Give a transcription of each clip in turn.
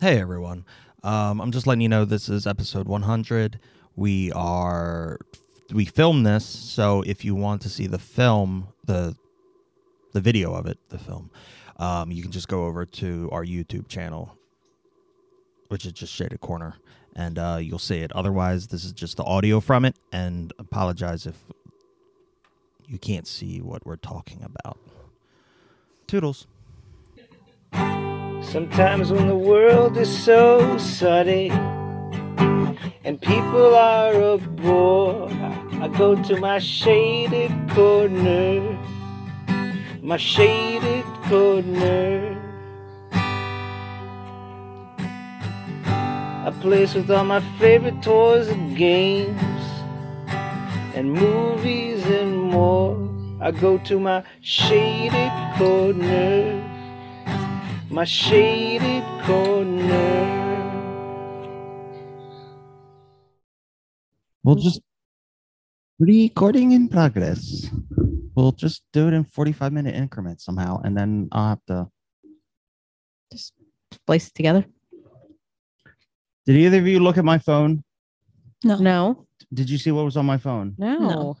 Hey everyone. Um, I'm just letting you know this is episode 100. We are we filmed this, so if you want to see the film, the the video of it, the film, um, you can just go over to our YouTube channel, which is just Shaded Corner, and uh, you'll see it. Otherwise, this is just the audio from it, and apologize if you can't see what we're talking about. Toodles. Sometimes when the world is so sunny and people are a bore, I go to my shaded corner, my shaded corner. A place with all my favorite toys and games and movies and more. I go to my shaded corner my shaded corner. We'll just recording in progress. We'll just do it in 45 minute increments somehow, and then I'll have to. Just place it together. Did either of you look at my phone? No. No. Did you see what was on my phone? No. Did you?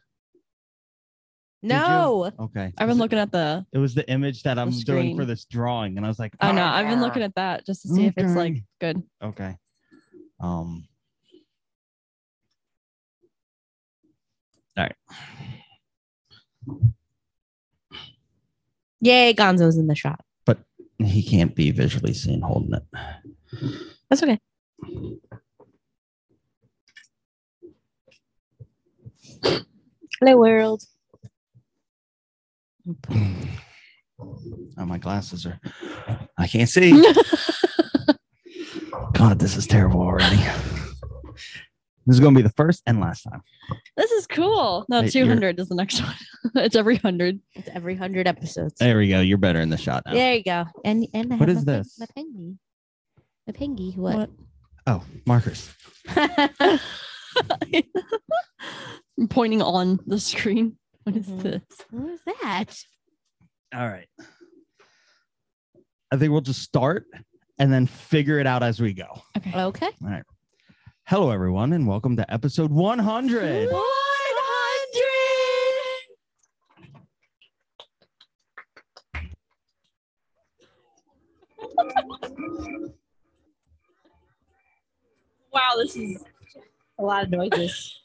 Okay. I've been looking at the. It was the image that I'm doing for screen. this drawing, and I was like, I Oh, know. Oh, I've been looking at that just to see if it's like Okay. good. Okay. Um. All right. Yay, Gonzo's in the shot. He can't be visually seen holding it. That's okay. Hello, world. Oh, my glasses are. I can't see. God, this is terrible already. This is going to be the first and last time. this is cool. No, Wait, you're- 200 is the next one. it's every 100. It's every hundred episodes. There we go. You're better in the shot now. There you go. And and I What have is my, pen- this? My pengy. My pengy. What? Oh, markers. I'm pointing on the screen. What is Mhm. this? what is that? All right. I think we'll just start and then figure it out as we go. All Okay. right. Hello, everyone, and welcome to episode 100. 100! wow, this is a lot of noises.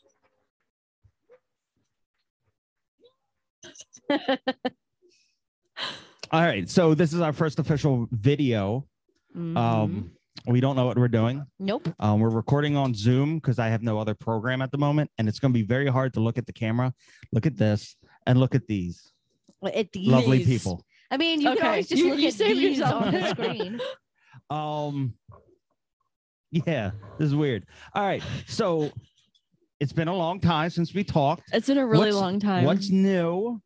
All right. So, this is our first official video. Mm-hmm. Um, we don't know what we're doing. nope. Um, we're recording on Zoom because I have no other program at the moment, and it's going to be very hard to look at the camera, look at this, and look at these At these. lovely people. I mean, you Okay, can always just you- look you at saved these yourself. on the screen. Um, yeah, this is weird. All right, so it's been a long time since we talked. It's been a really What's- long time. What's new?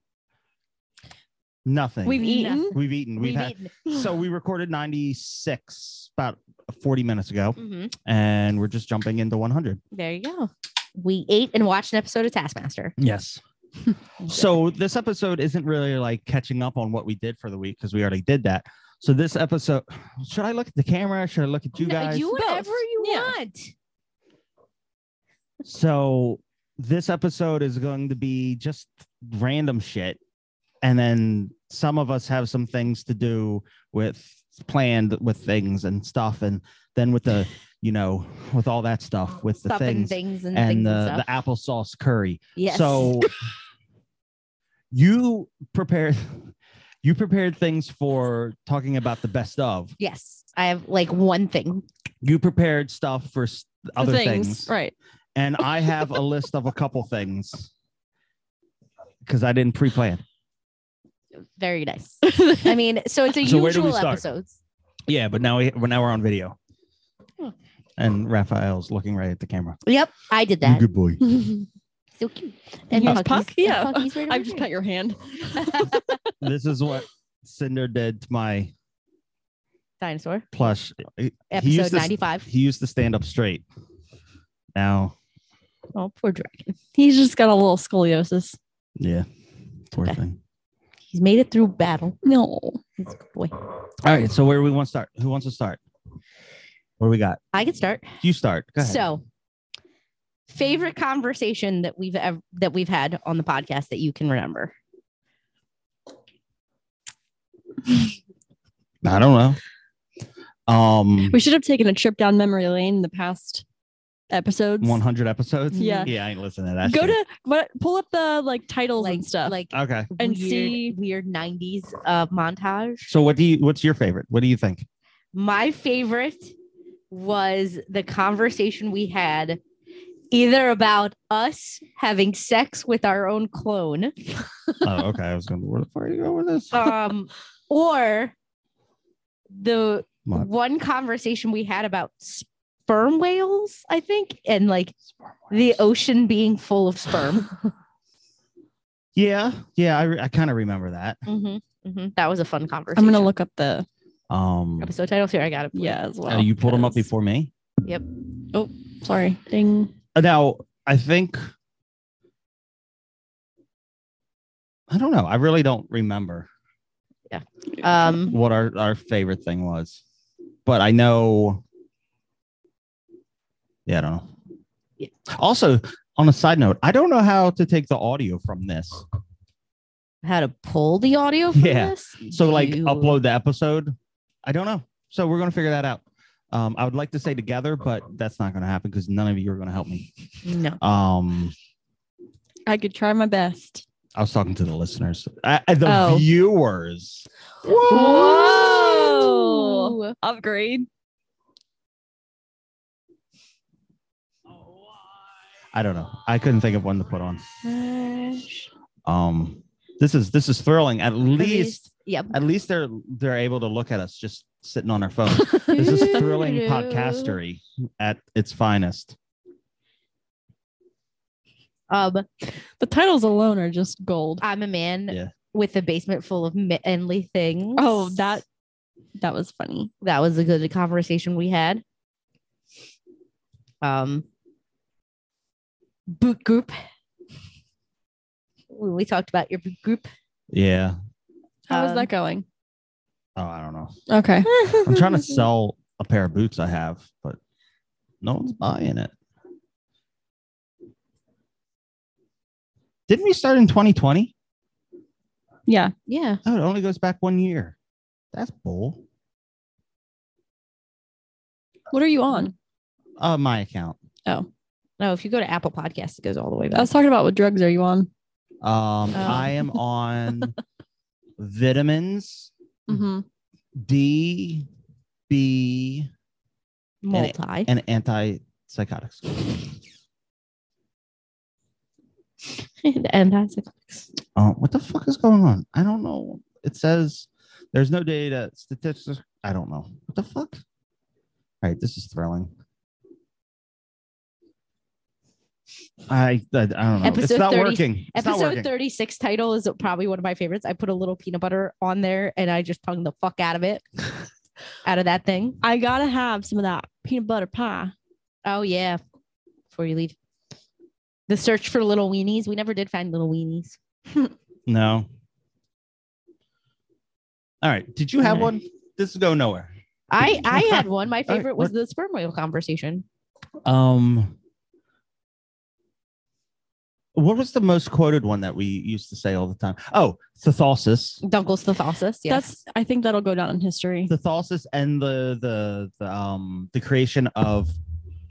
Nothing. We've eaten. we've eaten. We've, had. So we recorded ninety six about forty minutes ago, hmm and we're just jumping into one hundred. There you go. We ate and watched an episode of Taskmaster. Yes. so this episode isn't really like catching up on what we did for the week because we already did that. So this episode, should I look at the camera? Should I look at you No, guys? do whatever Both. you Yeah. want. So this episode is going to be just random shit. And then some of us have some things to do with planned with things and stuff. And then with the, you know, with all that stuff, with the stuff and things, things and, and things the, and stuff. the applesauce curry. yes. So you prepared you prepared things for talking about the best of. yes, I have like one thing. You prepared stuff for s- other things, Right. and I have a list of a couple things because I didn't pre-plan. Very nice. I mean, so it's a So where do we usual start? episodes. Yeah, but now we well, now we're on video, Hmm. and Raphael's looking right at the camera. Yep, I did that. good boy. So cute. Here's Pucky's- Puck, yeah. Pucky's right I over just there. pet your hand. this is what Cinder did to my dinosaur. plush. He used Episode to s- ninety five. He used to stand up straight. Now, Oh, poor dragon. He's just got a little scoliosis. yeah, poor Okay. thing. He's made it through battle. No. He's a good boy. All right. So where do we want to start? Who wants to start? What do we got? I can start. You start. Go ahead. So, favorite conversation that we've ever that we've had on the podcast that you can remember. I don't know. Um, We should have taken a trip down memory lane in the past episodes. 100 episodes. Yeah. Yeah, I ain't listening to that. Go shit. to what? Pull up the like titles Like and stuff. like Okay. And weird, see- weird '90s uh, montage. So what do you? What's your favorite? What do you think? My favorite was the conversation we had either about us having sex with our own clone oh, okay. I was going. Where the fuck are you going with this? um or the What? one conversation we had about sperm whales I think and like the ocean being full of sperm Yeah, yeah. I, re- I kind of remember that. Mhm, Mm-hmm, mhm. that was a fun conversation I'm gonna look up the Um, episode title here I got it yeah as uh, well. you pulled them up 'cause- before me. Sorry, ding. Uh, Now I think. I don't know. I really don't remember um what our, our favorite thing was, but I know. Yeah, I don't know. Yeah. Also, on a side note, I don't know how to take the audio from this. how to pull the audio from Yeah. this So like You- upload the episode. I don't know. So we're gonna figure that out. Um, I would like to say together, but that's not gonna happen because none of you are gonna help me. no Um, I could try my best. I was talking to the listeners, I, I- the Oh. viewers. Whoa! Upgrade. I don't know. I couldn't think of one to put on. Gosh. Um, this is this is thrilling. At least Yep. at least they're they're able to look at us just sitting on our phone. this is thrilling podcastery at its finest. Um, The titles alone are just gold. I'm a man Yeah. with a basement full of manly things. Oh, that that was funny. that was a good conversation we had. Um, boot group. We we talked about your boot group. Yeah. How is Um, that going? Oh, I don't know. Okay. I'm trying to sell a pair of boots I have, but no one's buying it. Didn't we start in 2020? Yeah. Yeah. Oh, it only goes back one year. That's bull. What are you on? Oh. Uh, my account. No, if you go to Apple Podcasts, it goes all the way I back. was talking about what drugs are you on? Um, I am on vitamins Mm-hmm. D, B, Multi. and antipsychotics. And, and that's it. Oh, what the fuck is going on? I don't know. It says there's no data statistics. I don't know. What the fuck? All right, this is thrilling. I I, I don't know. it's Episode not 30 working. It's not Episode working. 36 title is probably one of my favorites. I put a little peanut butter on there and I just tongued the fuck out of it, out of that thing. I gotta have some of that peanut butter pie. Oh yeah. Before you leave. The search for little weenies. We never did find little weenies. No. All right. Did you have Okay. one? This is going nowhere. I I had one. My right, favorite was the sperm whale conversation. Um. What was the most quoted one that we used to say all the time? Oh, thethosis. Dunkle's thesaurus. Yes. That's I think that'll go down in history. the Thalsis and the, the the um the creation of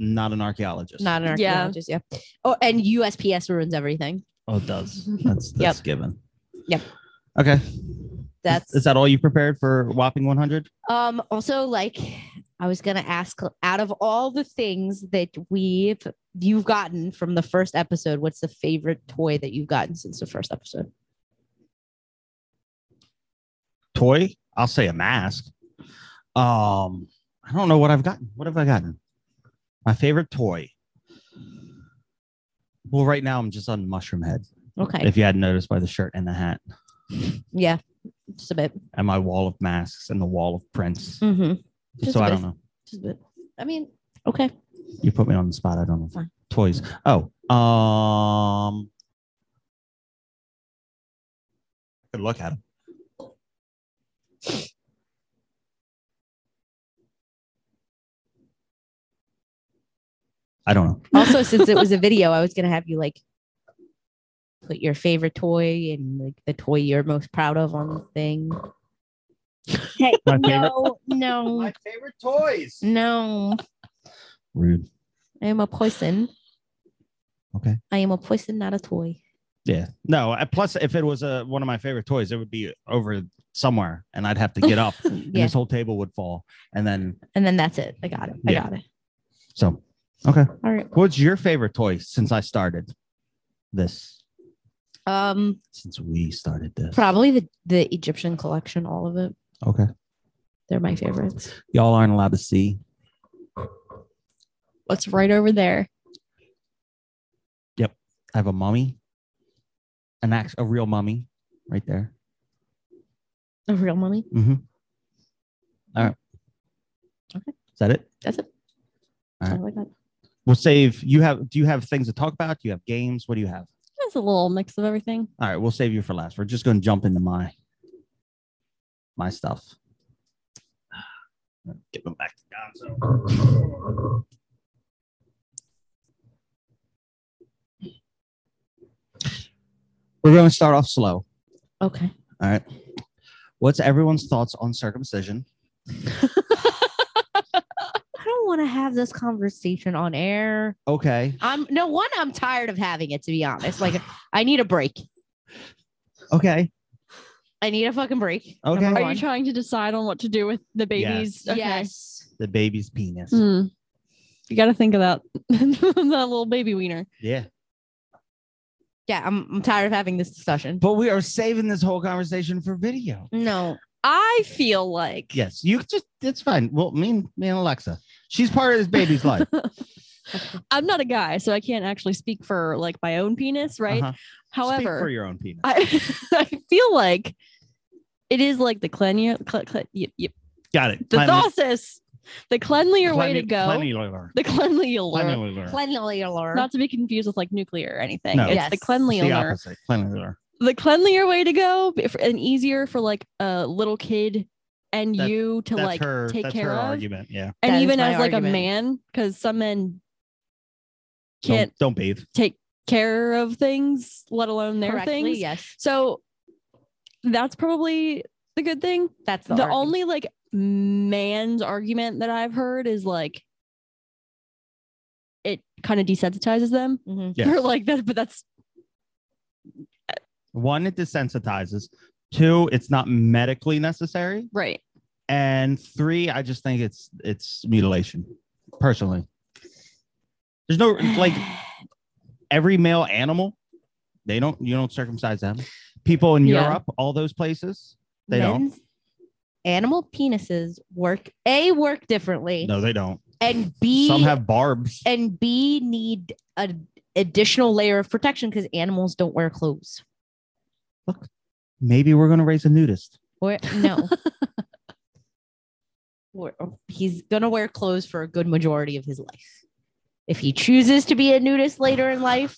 not an archaeologist. not an Yeah. archaeologist. Yeah. Oh, and USPS ruins everything. oh, it does that's that's given. Yep. Okay. That's is that all you prepared for whopping one hundred? um also like I was gonna ask out of all the things that we've you've gotten from the first episode, what's the favorite toy that you've gotten since the first episode? Toy. I'll say a mask. Um, I don't know what I've gotten. What have I gotten? My favorite toy. Well, right now I'm just on mushroom head. Okay. If you hadn't noticed by the shirt and the hat yeah. Just a bit. and my wall of masks and the wall of prints. Mm-hmm. just so a I bit. don't know. Just a bit. I mean, okay. You put me on the spot. I don't know. Fine. Toys. Oh, um, good look at him. I don't know. Also, since it was a video, I was gonna have you like put your favorite toy and like the toy you're most proud of on the thing. Hey, My favorite. No, no, favorite toys. no. Rude. I am a poison. Okay. I am a poison, not a toy. Yeah. No. I- Plus, if it was uh one of my favorite toys, it would be over somewhere, and I'd have to get up, and Yeah. this whole table would fall, and then And then that's it. I got it. I Yeah. got it. so. Okay. All right. What's your favorite toy since I started this? Um, Since we started this. probably the the Egyptian collection, all of it. Okay. They're my favorites. Y'all aren't allowed to see. What's right over there? I have a mummy, an act, a real mummy, right there. Mm-hmm. A real mummy. All right. Okay. Is that it? That's it. All right. Oh my god. We'll save. You have? Do you have things to talk about? Do you have games? What do you have? That's a little mix of everything. All right, we'll save you for last. We're just going to jump into my my stuff. Give them back to Gonzo. We're going to start off slow. Okay. All right. What's everyone's thoughts on circumcision? I don't want to have this conversation on air. Okay. I'm no one. I'm tired of having it. To be honest, like I need a break. Okay. I need a fucking break. Okay. number Go Are one. you trying to decide on what to do with the babies? Okay. Yes. The baby's penis. Hmm. You got to think of that that little baby wiener. Yeah. Yeah. I'm, I'm tired of having this discussion. But we are saving this whole conversation for video. No. I feel like Yes. You just, it's fine. Well, me and, me and Alexa, she's part of this baby's life. I'm not a guy, so I can't actually speak for like my own penis, right? Uh-huh. Speak for However, your own penis. I I feel like it is like the cleanlier, cle- cle- y- y- Got it. the thosis, the cleanlier way to go. Cleanlier. The cleanlier, Cleanlier. Cleanly alert. not to be confused with like nuclear or anything. No. It's Yes. the It's the It's the cleanlier, opposite. Cleanlier. the cleanlier way to go, if- and easier for like a little kid and That- you to That's like her. take that's care her of, argument. Yeah. and That is even my as like a argument. man, because some men Don't- can't don't bathe. take care of things, let alone their Correctly, things. Yes. So that's probably the good thing. That's the, The, argument. only like man's argument that I've heard is like it kind of desensitizes them. Mhm. Yes. Or like that, but that's One, it desensitizes. Two, it's not medically necessary. right. And three, I just think it's it's mutilation. Personally, there's no like every male animal. They don't. You don't circumcise them. People in Yeah. Europe, all those places, they don't. Men's Animal penises work a work differently, No, they don't. and b Some have barbs. and b need an additional layer of protection because animals don't wear clothes. Maybe we're gonna raise a nudist. Or no. Or- He's gonna wear clothes for a good majority of his life. If he chooses to be a nudist later in life,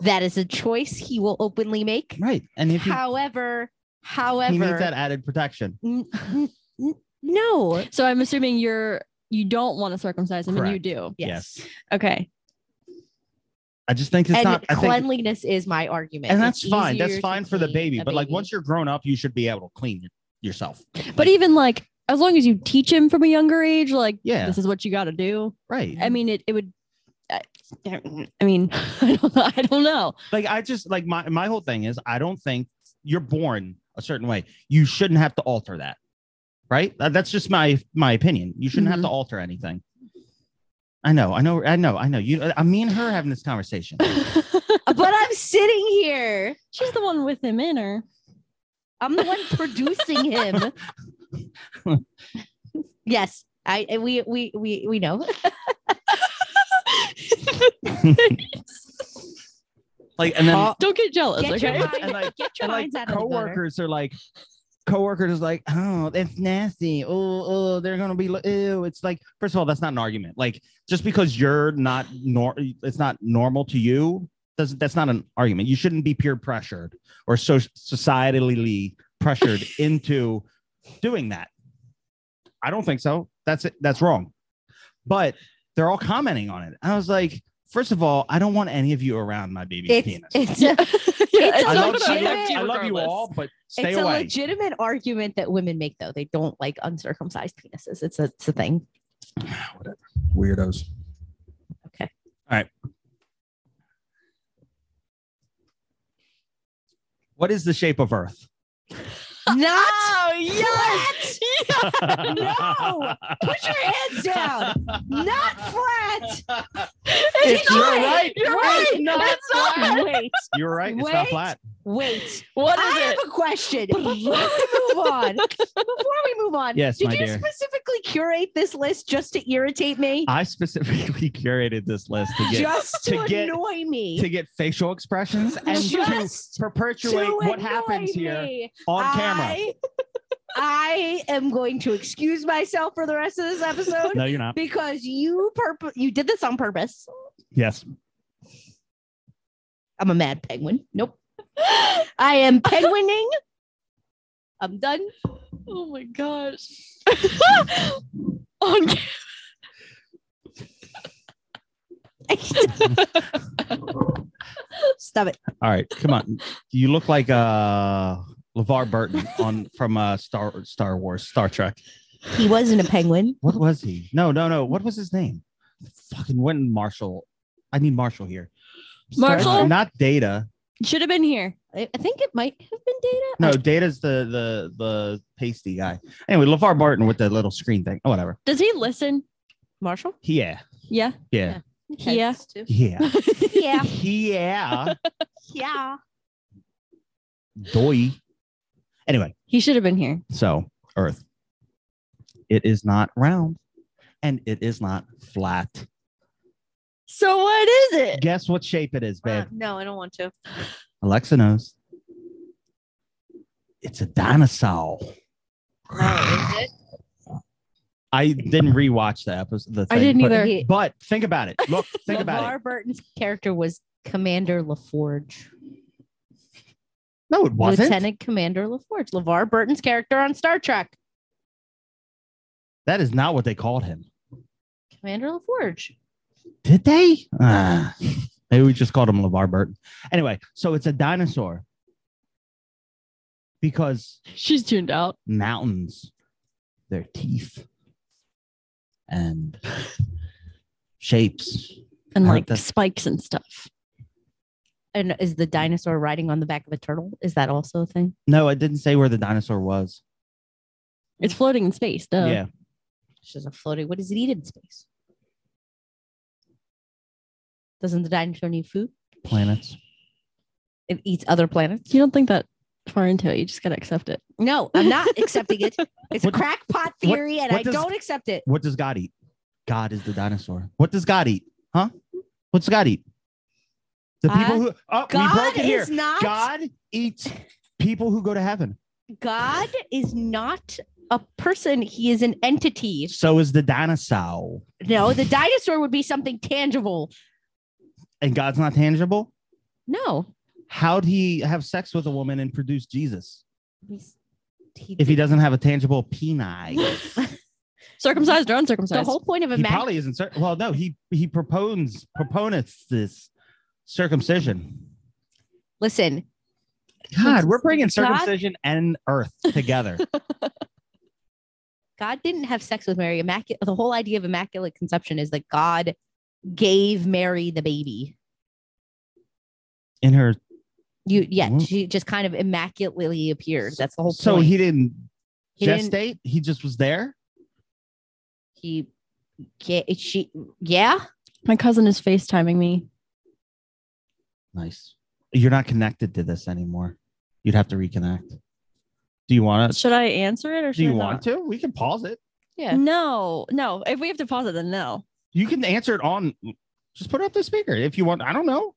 that is a choice he will openly make. Right. And if you However, he needs that however, added protection. n- n- n- no. So I'm assuming you're you don't want to circumcise them and you Correct. do. Yes. Okay. I just think it's and not I think, cleanliness is my argument. and It's that's fine. That's easier to fine for the clean baby. a But like baby. once you're grown up, you should be able to clean it yourself. But even like as long as you teach him from a younger age, like Yeah. this is what you gotta do. Right. I mean it it would I, I mean, I don't know. I don't know. Like I just like my my whole thing is I don't think you're born a certain way. You shouldn't have to alter that. Right? That- That's just my my opinion. You shouldn't Mm-hmm. have to alter anything. I know, I know, I know, I know. You I me and her having this conversation. but I'm sitting here. She's the one with him in her. I'm the one producing him. yes, I and we we we we know. like and then Oh, Don't get jealous, Get your okay? mind- and like get your and like minds out of the gutter. coworkers are like coworkers is like oh that's nasty oh oh they're gonna be like ew it's like first of all that's not an argument like just because you're not nor it's not normal to you doesn't that's not an argument you shouldn't be peer pressured or so societally pressured into doing that i don't think so that's it that's wrong but they're all commenting on it. I was like, first of all, I don't want any of you around my baby's It's penis. it's Yeah. a, It's I, a love, I, legitimate- love, I love you all, but stay it's a away. legitimate argument that women make though. They don't like uncircumcised penises. It's a it's a thing. Whatever. Weirdos. Okay. All right. What is the shape of Earth? Not Oh, yes. No! Put your hands down. Not flat. It's- you're not. right. You're It's right. not It's not. Wait. You're right. It's Wait. not flat. Wait. What I is have it? a question. Before we move on, before we move on, Yes, did my you dear. specifically curate this list just to irritate me? I specifically curated this list to get just to, to get- annoy me. to get facial expressions and Just to perpetuate to what annoy happens here me. on camera. I, I am going to excuse myself for the rest of this episode No, you're not. because you purpo- you did this on purpose. Yes. I'm a mad penguin. Nope. I am penguining. I'm done. Oh my gosh. On ca- Stop it. All right. Come on. You look like uh LeVar Burton on from uh Star Star Wars, Star Trek. He wasn't a penguin. What was he? No, no, no. What was his name? Fucking when Marshall. I need Marshall here. Star- Marshall? not Data. Should have been here. I I think it might have been data. Uh, No, Data's the the the pasty guy. Anyway, LeVar Burton with the little screen thing. Oh, whatever. Does he listen? Marshall. Yeah. Yeah. Yeah. Okay, Yeah. that's two. Yeah. Yeah. Yeah. Yeah. Doy. Anyway. He should have been here. So, Earth, it is not round and it is not flat. So what is it? Guess what shape it is, babe? Uh, no, I don't want to. Alexa knows. It's a dinosaur. No, is it? I didn't rewatch the episode. The I thing, didn't but, either. But think about it. Look, think about it. LeVar Burton's character was Commander LaForge. No, it wasn't. Lieutenant Commander LaForge. LeVar Burton's character on Star Trek. That is not what they called him. Commander LaForge. Did they? Ah, maybe we just called him LeVar Burton. Anyway, so it's a dinosaur because She's tuned out. mountains, their teeth, and shapes. And Hurt like the- spikes and stuff. And is the dinosaur riding on the back of a turtle? Is that also a thing? No, it didn't say where the dinosaur was. It's floating in space, Oh. duh. yeah. She's a floating. What does it eat in space? Doesn't the dinosaur need food? Planets. It eats other planets. You don't think that far into it. You just gotta accept it. No, I'm not accepting it. It's What- a crackpot what- theory, and what I does- don't accept it. What does God eat? God is the dinosaur. What does God eat? Huh? What's God eat? The people Uh, who oh, we God broke it here. is not God eats people who go to heaven. God is not a person. He is an entity. So is the dinosaur. No, the dinosaur would be something tangible. And God's not tangible. No. How'd he have sex with a woman and produce Jesus He's- he- if he doesn't have a tangible penis? Circumcised or the uncircumcised. whole point of a he mag- probably isn't. Cer- well, no, he he propones proponents this circumcision. listen, God, we're bringing God- circumcision and Earth together. God didn't have sex with Mary. Immaculate. The whole idea of immaculate conception is that God gave Mary the baby. In her, You, yeah, Mhm. she just kind of immaculately appeared. That's the whole point. so he didn't He gestate. didn't- He just was there. he, ga- she, yeah. My cousin is FaceTiming me. Nice. You're not connected to this anymore. You'd have to reconnect. Do you want to? Should I answer it or should Do you I want to? We can pause it. Yeah. No, no. If we have to pause it, then no. You can answer it on. Just put it up the speaker if you want. I don't know.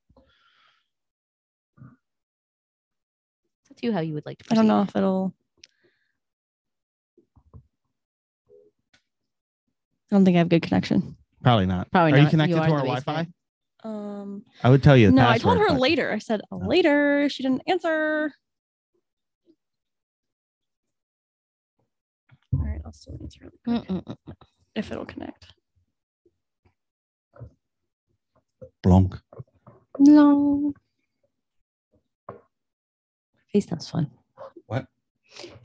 It's up to you how you would like to. I don't proceed. know if it'll. I don't think I have good connection. Probably not. Probably Are not. you You connected to are in our the basement. Wi-Fi? Um, I would tell you. The no, I told password, her but- later. I said "Oh, No. later. She didn't answer. All right, I'll still answer it Mm-mm. if it'll connect. Blanc. No. FaceTime's fun. What?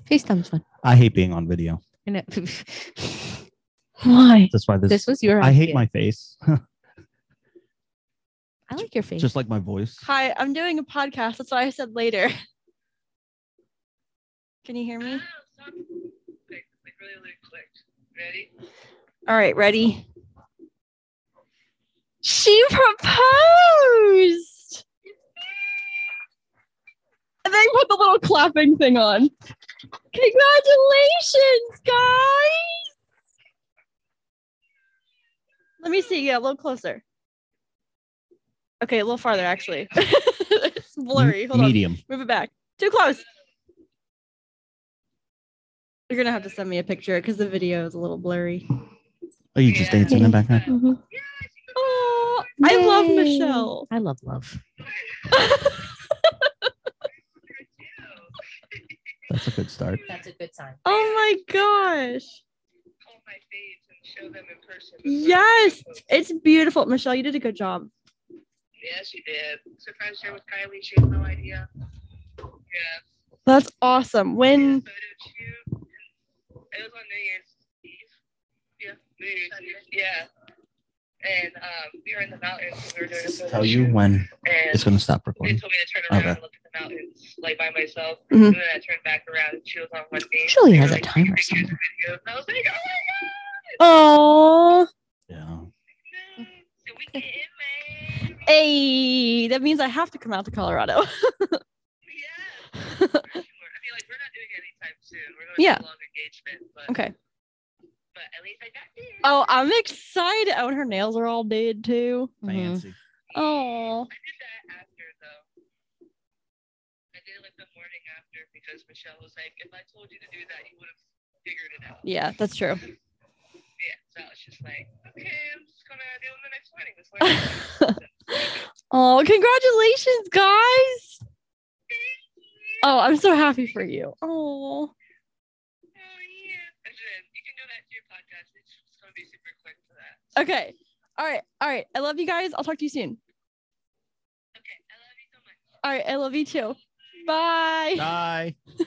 FaceTime's fun. I hate being on video. And it- Why? That's why this. this was your. I hate idea. my face, I like your face. just like my voice. Hi, I'm doing a podcast. That's why I said later. Can you hear me? All right, ready? She proposed. And then put the little clapping thing on. Congratulations, guys. Let me see. Yeah, a little closer. Okay, a little farther actually. it's blurry. Hold on. Medium. Move it back. Too close. You're gonna have to send me a picture because the video is a little blurry. Are Oh, you just dancing in the background? Mhm. Oh, I love Yay. Michelle. I love love. That's a good start. That's a good sign. Oh my gosh. Yes, it's beautiful, Michelle. You did a good job. Yes, you did. Surprise share with Kylie. She had no idea. Yeah. That's awesome. When Photo shoot. It was on New Year's Eve. Yeah. New Year's Eve. Yeah. And um, we were in the mountains. We were doing a photo Tell you shoot, when And it's gonna stop they recording. told me to turn around Okay. and look at the mountains, like by myself. Mhm. And then I turned back around, and she was on one knee. Surely They Mm-hmm. has a were like, timer "Take pictures somewhere." and videos." And I was like, oh my god. oh Yeah. no. Did we get in, man? hey, that means I have to come out to Colorado. Yeah. for sure. I mean, like we're not doing it anytime soon. We're going Yeah. to a long engagement, but okay. but at least I got there. Oh, I'm excited. Oh, and her nails are all dead too. Mm-hmm. Fancy. Oh. I did that after though. I did it like the morning after because Michelle was like, if I told you to do that, you would have figured it out. Yeah, that's true. Yeah. So I was just like, okay, I'm just gonna do it the next morning. This morning. Oh, congratulations, guys. Oh, I'm so happy for you. Oh. oh yeah. And then you can do that to your podcast. It's just gonna be super quick for that. Okay. All right. All right. I love you guys. I'll talk to you soon. Okay. I love you so much. All right. I love you too. Bye. Bye.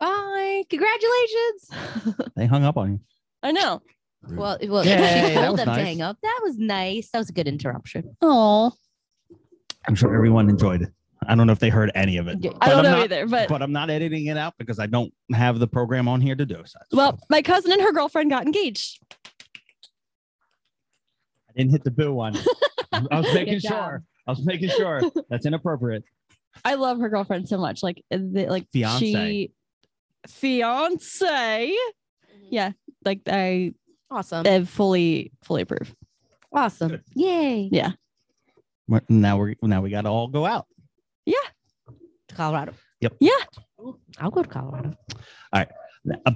Bye. Congratulations. They hung up on you. I know. Well, well, Yay, that she told was them to nice. hang up. That was nice. That was a good interruption. Oh. I'm sure everyone enjoyed it. I don't know if they heard any of it. Yeah, I But don't I'm know not- either, but, But I'm not editing it out because I don't have the program on here to do so. well, my cousin and her girlfriend got engaged. I didn't hit the boo one. I was making Good job. sure. I was making sure. That's inappropriate. I love her girlfriend so much. Like uh, the, like Fiance. she fiance. Mm-hmm. Yeah. Like I, Awesome. I fully fully approve. Awesome. Yay. Yeah. We're- Now we're now we got to all go out. To Colorado. Yep. Yeah. I'll go to Colorado. Uh,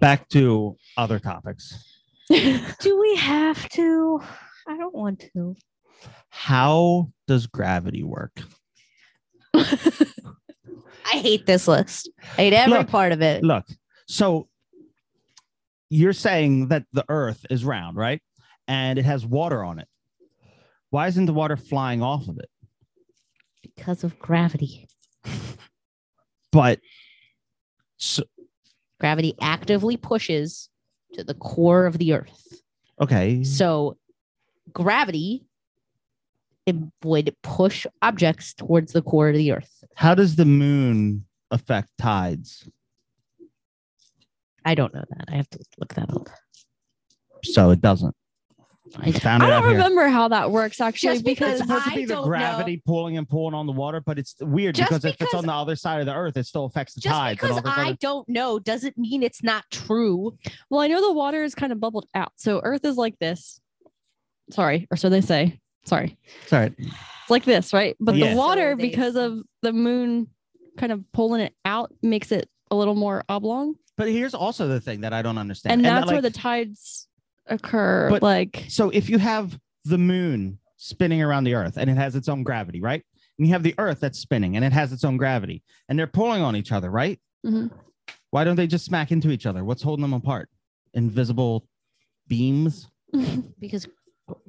Back to other topics. Do we have to? I don't want to. How does gravity work? I hate this list. I hate every Look, part of it. Look, so you're saying that the Earth is round, right? And it has water on it. Why isn't the water flying off of it? Because of gravity. But so, Gravity actively pushes to the core of the earth. okay, So gravity it would push objects towards the core of the earth. how does the moon affect tides? I don't know that. I have to look that up. So it doesn't. I found I it out don't here. remember how that works actually Just because because, It's supposed to I be the don't know. gravity pulling and pulling on the water, but it's weird Just because, if it's because- on the other side of the earth, it still affects the Just tides. and because all this I other- don't know doesn't mean it's not true. well, I know the water is kind of bubbled out. So Earth is like this. Sorry, or so they say. Sorry. It's all right. It's like this, right? But Yeah. the water, So they- because of the moon kind of pulling it out, makes it a little more oblong. But here's also the thing that I don't understand. And, that, that's where the like, tides occur. But- like so if you have the moon spinning around the earth and it has its own gravity, right? And you have the earth that's spinning and it has its own gravity and they're pulling on each other, right? Mhm. Why don't they just smack into each other? What's holding them apart? Invisible beams? Because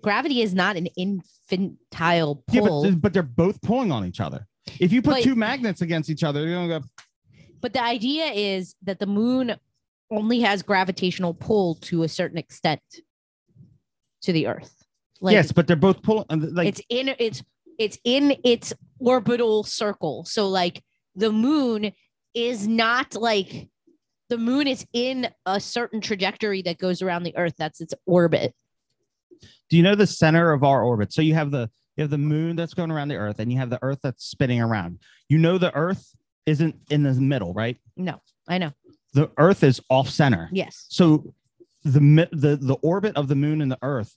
gravity is not an infantile Yeah, pull, but, but, but they're both pulling on each other. If you put But- two magnets against each other, you're gonna go. the idea is that the moon only has gravitational pull to a certain extent to the Earth. Like yes, but they're both pulling. Like it's in it's it's in its orbital circle. So like the moon is not like the moon is in a certain trajectory that goes around the Earth. That's its orbit. do you know the center of our orbit? So you have the you have the moon that's going around the Earth, and you have the Earth that's spinning around. You know the Earth isn't in the middle, right? I know. The Earth is off center. Yes. So the mi- the the orbit of the moon and the Earth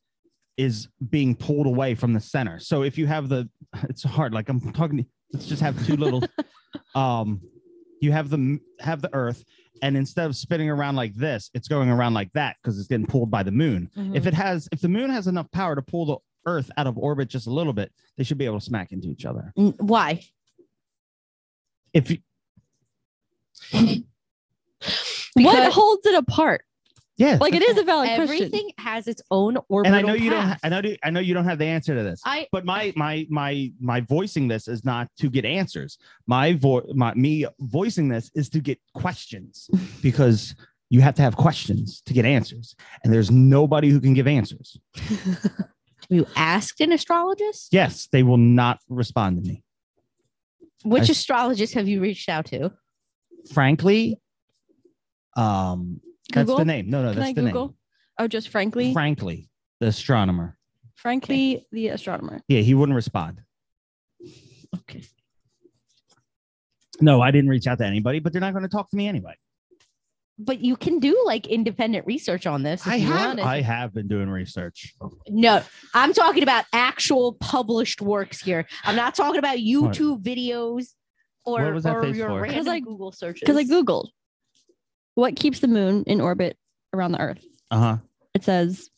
is being pulled away from the center. So if you have the, it's hard. Like I'm talking. Let's just have two little. um, you have the m- have the Earth, and instead of spinning around like this, it's going around like that because it's getting pulled by the moon. Mm-hmm. If it has, if the moon has enough power to pull the Earth out of orbit just a little bit, they should be able to smack into each other. N- Why? If you, what Because- holds it apart? yeah, Like it is a valid Everything question. has its own orbital and I know you don't. path. I know. I know you don't have the answer to this. I but my my my my voicing this is not to get answers. My voice, my me voicing this is to get questions because you have to have questions to get answers, and there's nobody who can give answers. you asked an astrologist. Yes, they will not respond to me. Which I- astrologist have you reached out to? Frankly, um, that's the Google? name. No, no, Can that's I the name. Google? Oh, just frankly, Frankly, the astronomer. frankly, the astronomer. Yeah, he wouldn't respond. Okay. No, I didn't reach out to anybody, but they're not going to talk to me anyway. But you can do like independent research on this. If I you have, wanted. I have been doing research. No, I'm talking about actual published works here. I'm not talking about YouTube videos or, What was that or face your for? 'Cause random I- Google searches. Because I googled what keeps the moon in orbit around the Earth. Uh huh. It says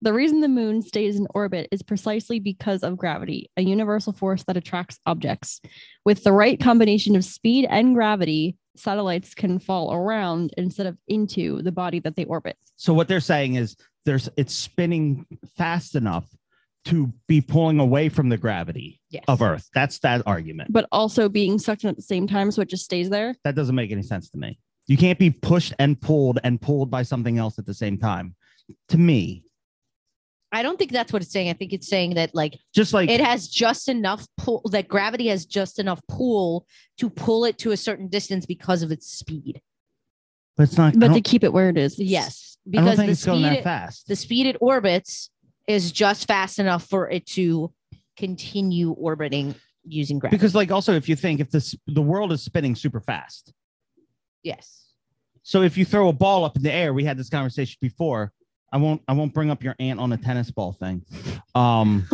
the reason the moon stays in orbit is precisely because of gravity, a universal force that attracts objects. With the right combination of speed and gravity, satellites can fall around instead of into the body that they orbit. So what they're saying is there's it's spinning fast enough to be pulling away from the gravity Yes. of Earth. That's that argument. but also being sucked in at the same time, so it just stays there. That doesn't make any sense to me. You can't be pushed and pulled and pulled by something else at the same time. To me, I don't think that's what it's saying. I think it's saying that like just like it has just enough pull that gravity has just enough pull to pull it to a certain distance because of its speed. but it's not. I But to don't- keep it where it is, Yes, I don't because think the it's going speed that it, fast. the speed it orbits is just fast enough for it to continue orbiting using gravity. Because like also if you think if this the world is spinning super fast, yes. So if you throw a ball up in the air, we had this conversation before. I won't I won't bring up your aunt on a tennis ball thing. Um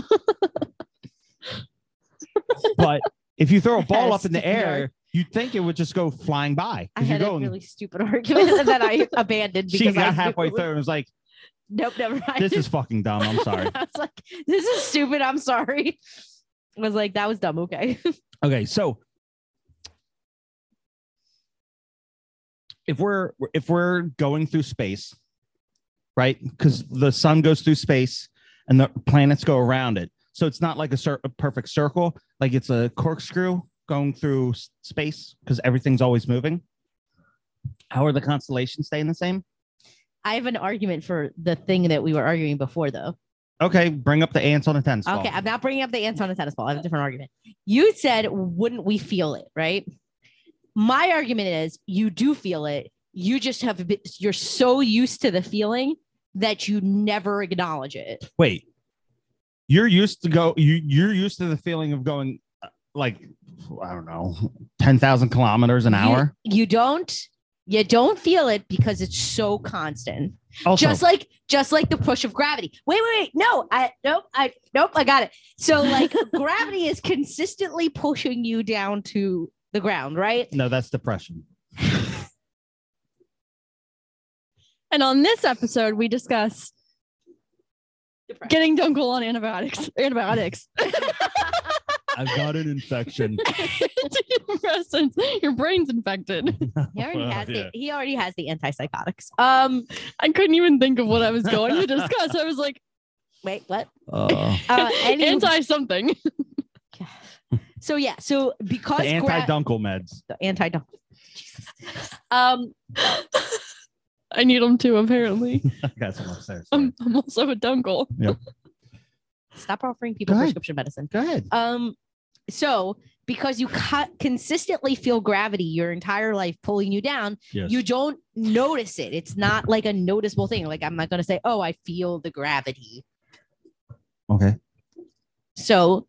but if you throw a ball up in the air, you'd think it would just go flying by. I 'cause you're had a going- really stupid argument that I abandoned she because I got knew halfway it was- through and was like, Nope, never mind. This is fucking dumb. I'm sorry. I was like, this is stupid. I'm sorry. I was like, that was dumb. Okay. Okay, so if we're if we're going through space, right? Because the sun goes through space and the planets go around it, so it's not like a, cir- a perfect circle. Like it's a corkscrew going through s- space because everything's always moving. How are the constellations staying the same? I have an argument for the thing that we were arguing before, though. Okay, bring up the ants on a tennis ball. Okay. I'm not bringing up the ants on a tennis ball. I have a different argument. You said, wouldn't we feel it? Right. My argument is, you do feel it. You just have, been, you're so used to the feeling that you never acknowledge it. Wait, you're used to go. You you're used to the feeling of going uh, like I don't know, ten thousand kilometers an You- hour. You don't, you don't feel it because it's so constant. Also, just like just like the push of gravity. Wait, wait, wait. No, I nope, I nope, I got it. So like gravity is consistently pushing you down to the ground, right? no, that's depression. And on this episode, we discuss getting Dunkel on antibiotics. Antibiotics. I've got an infection. Antidepressants. Your brain's infected. He already Well, has yeah. the he already has the antipsychotics. Um I couldn't even think of what I was going to discuss. I was like, Wait, what? Uh, Uh, any- Anti something. so yeah, so because The anti dunkel meds. anti dunk. Um, I need them too, apparently. I got some upstairs. Um, I'm, I'm also a dunkel. stop offering people Go ahead. prescription medicine. Go ahead. Um, so because you co- consistently feel gravity your entire life pulling you down, Yes. you don't notice it. It's not like a noticeable thing. Like I'm not gonna say, oh, I feel the gravity. okay. So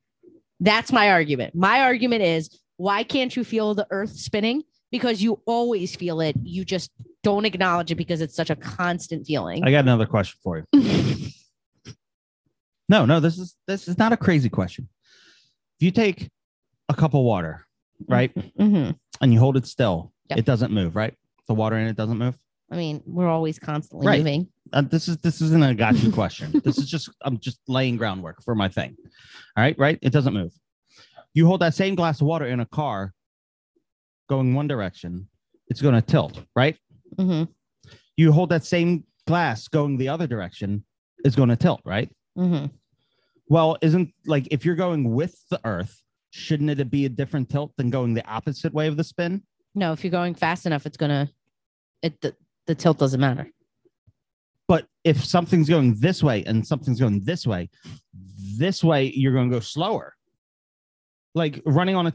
that's my argument. My argument is why can't you feel the earth spinning? Because you always feel it. You just don't acknowledge it because it's such a constant feeling. I got another question for you. no, no, this is this is not a crazy question. If you take a cup of water, right, Mhm. and you hold it still, Yeah. it doesn't move, right? The water in it doesn't move. I mean, we're always constantly Right. moving. Uh, this is this isn't a gotcha question. This is just I'm just laying groundwork for my thing. All right, right? It doesn't move. You hold that same glass of water in a car going one direction, it's going to tilt, right? Mm-hmm. You hold that same glass going the other direction, it's going to tilt, right? Mm-hmm. Well, isn't like if you're going with the Earth, shouldn't it be a different tilt than going the opposite way of the spin? No, if you're going fast enough, it's gonna. It the, the tilt doesn't matter. But if something's going this way and something's going this way, this way you're going to go slower. Like running on a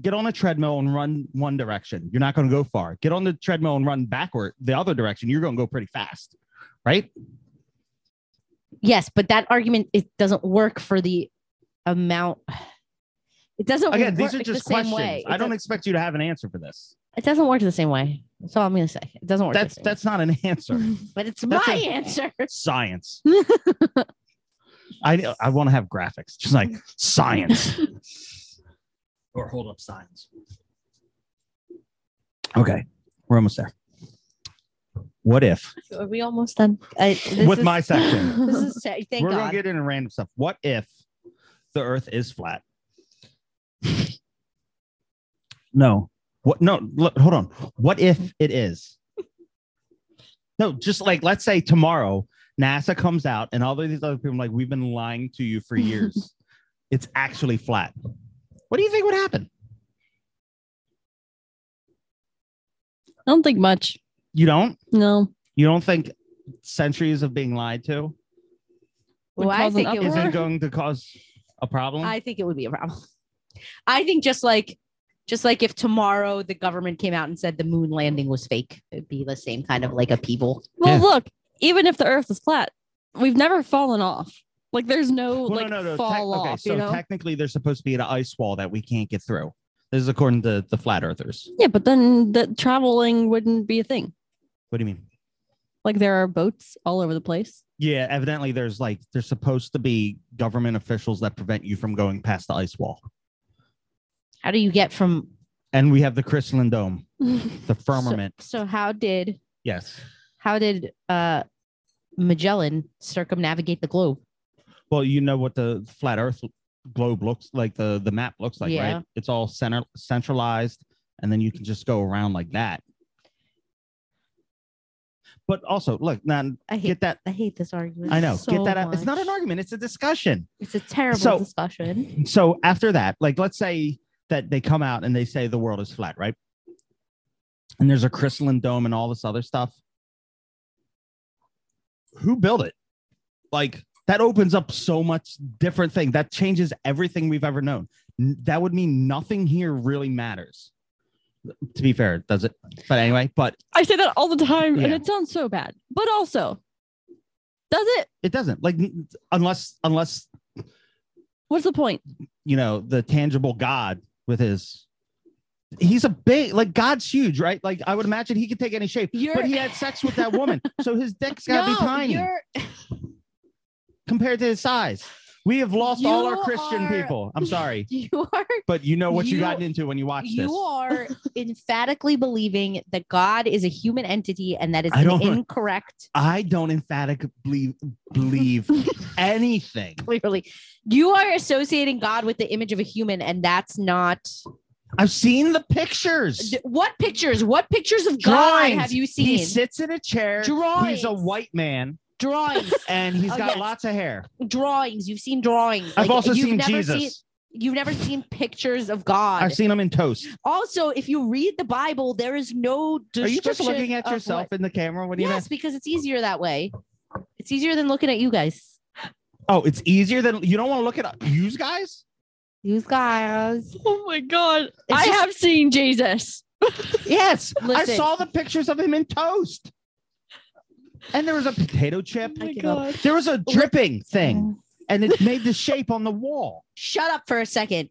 get on a treadmill and run one direction, you're not going to go far. Get on the treadmill and run backward the other direction, you're going to go pretty fast, right? Yes, but that argument it doesn't work for the amount. It doesn't. Again, work these are the just same questions. way. It I don't does- expect you to have an answer for this. It doesn't work the same way. That's all I'm gonna say. It doesn't work. the That's same way. that's not an answer. But it's that's my a- answer. science. I I want to have graphics, just like science. or hold up science. Okay, we're almost there. What if Are we almost done? Uh, this with is- my section? This is sa- thank we're God. gonna get into random stuff. What if the Earth is flat? no. What? No. Look, hold on. What if it is? No, just like let's say tomorrow NASA comes out and all of these other people are like we've been lying to you for years. it's actually flat. What do you think would happen? I don't think much. You don't? No. You don't think centuries of being lied to Well, would I cause an think it uproar. isn't would. going to cause a problem? I think it would be a problem. I think just like, just like if tomorrow the government came out and said the moon landing was fake, it'd be the same kind of like upheaval. Well, Yeah. look, even if the earth is flat, we've never fallen off. Like there's no Well, like no, no, no. fall Tec- okay, off, so you know? technically, there's supposed to be an ice wall that we can't get through. This is according to the flat earthers. yeah, but then the traveling wouldn't be a thing. What do you mean? Like there are boats all over the place. Yeah, evidently, there's like there's supposed to be government officials that prevent you from going past the ice wall. How do you get from And we have the crystalline dome, the firmament. So, so how did yes. how did uh Magellan circumnavigate the globe? Well, you know what the flat Earth globe looks like. The the map looks like, Yeah. right? It's all center centralized, and then you can just go around like that. But also, look, now I hate get that. I hate this argument. I know. so get that out. It's not an much. argument. It's a discussion. It's a terrible So- discussion. so after that, like let's say that they come out and they say the world is flat, right? And there's a crystalline dome and all this other stuff. Who built it? Like that opens up so much different thing. That changes everything we've ever known. N- That would mean nothing here really matters. To be fair, does it? But anyway, but I say that all the time and Yeah. it sounds so bad. But also, does it? it doesn't. Like n- unless unless What's the point? you know the tangible god with his he's a big like god's huge right like i would imagine he could take any shape You're but he had sex with that woman so his dick's gotta be tiny you're compared to his size we have lost all our You christian are- people i'm sorry you are but you know what you, You- got into when you watched you this are emphatically believing that God is a human entity and that is I an don't- incorrect. i don't emphatically believe anything Clearly, you are associating God with the image of a human, and that's not. i've seen the pictures D- What pictures? What pictures of God Drawings. have you he seen? sits in a chair he's a Drawings. white man drawings, and he's Oh, got yes. lots of hair. drawings. You've seen drawings. I've Like, also you've seen never Jesus. seen- you've never seen pictures of God. I've seen him in toast. also, if you read the Bible, there is no Are description. you just looking at of yourself what- in the camera? What do you yes, because it's easier that way. It's easier than looking at you guys. Oh, it's easier than you don't want to look at you guys. You guys. Oh my god. It's I just- have seen Jesus. Yes, Listen. I saw the pictures of him in toast, and there was a potato chip. Oh I my give up. god. There was a dripping thing, and it made the shape on the wall. Shut up for a second.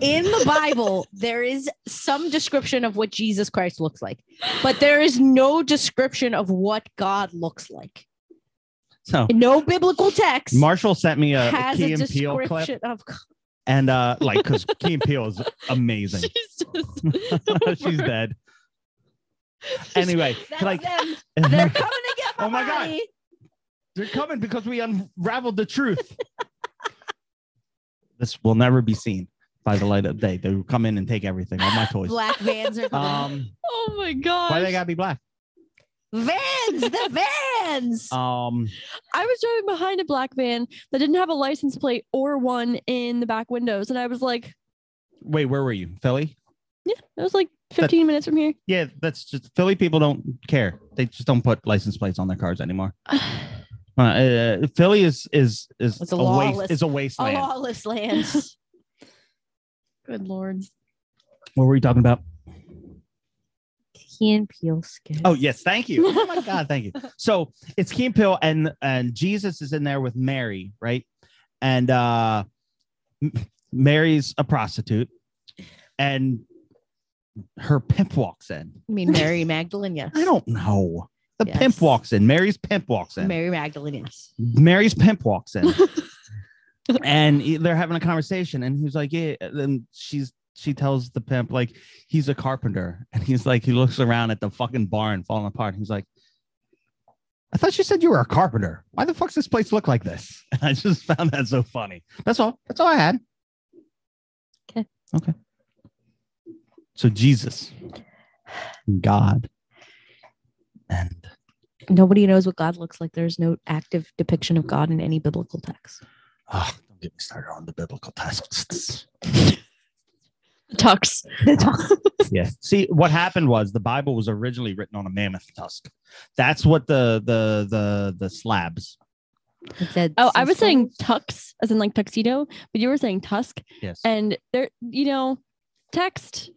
In the Bible, there is some description of what Jesus Christ looks like, but there is no description of what God looks like. So No biblical text Marshall sent me a, a has Key a and Peele clip, description of God. and uh, like because Key and Peele is amazing. Jesus. She's Oh dead. Anyway, That's like them. They're coming to get my Oh my God. body. They're coming because we unraveled the truth. this will never be seen by the light of day. They will come in and take everything, all my toys. Black vans are coming. Um, oh my god. why they gotta be black? vans, the vans. Um, I was driving behind a black van that didn't have a license plate or one in the back windows. And I was like, wait, where were you, Philly? it was like 15 minutes from here. Yeah, that's just Philly people don't care. They just don't put license plates on their cars anymore. Uh, uh, Philly is is is It's a a, waste lawless- is a a wasteland. lawless land. Good lord. what were you talking about? Key and Peele skin. Oh yes, thank you. Oh my God, thank you. So it's Key and Peele, and and Jesus is in there with Mary, right? And uh M- Mary's a prostitute, and her pimp walks in. I mean Mary Magdalene, yes. I don't know. The Yes. pimp walks in. Mary's pimp walks in. Mary Magdalene, yes. Mary's pimp walks in, and he- they're having a conversation, and he's like, "Yeah." Then she's she tells the pimp like he's a carpenter, and he's like he looks around at the fucking barn falling apart. He's like, "I thought you said you were a carpenter. Why the fuck's this place look like this?" And I just found that so funny. That's all. That's all I had. 'Kay. Okay. So Jesus, God, and Nobody knows what God looks like. There's no active depiction of God in any biblical text. oh, don't get me started on the biblical texts. Tux. yeah. See, what happened was the Bible was originally written on a mammoth tusk. That's what the the the the slabs. It said Oh, I was saying Cisco. tux as in like tuxedo, but you were saying tusk. Yes. And there, you know, text,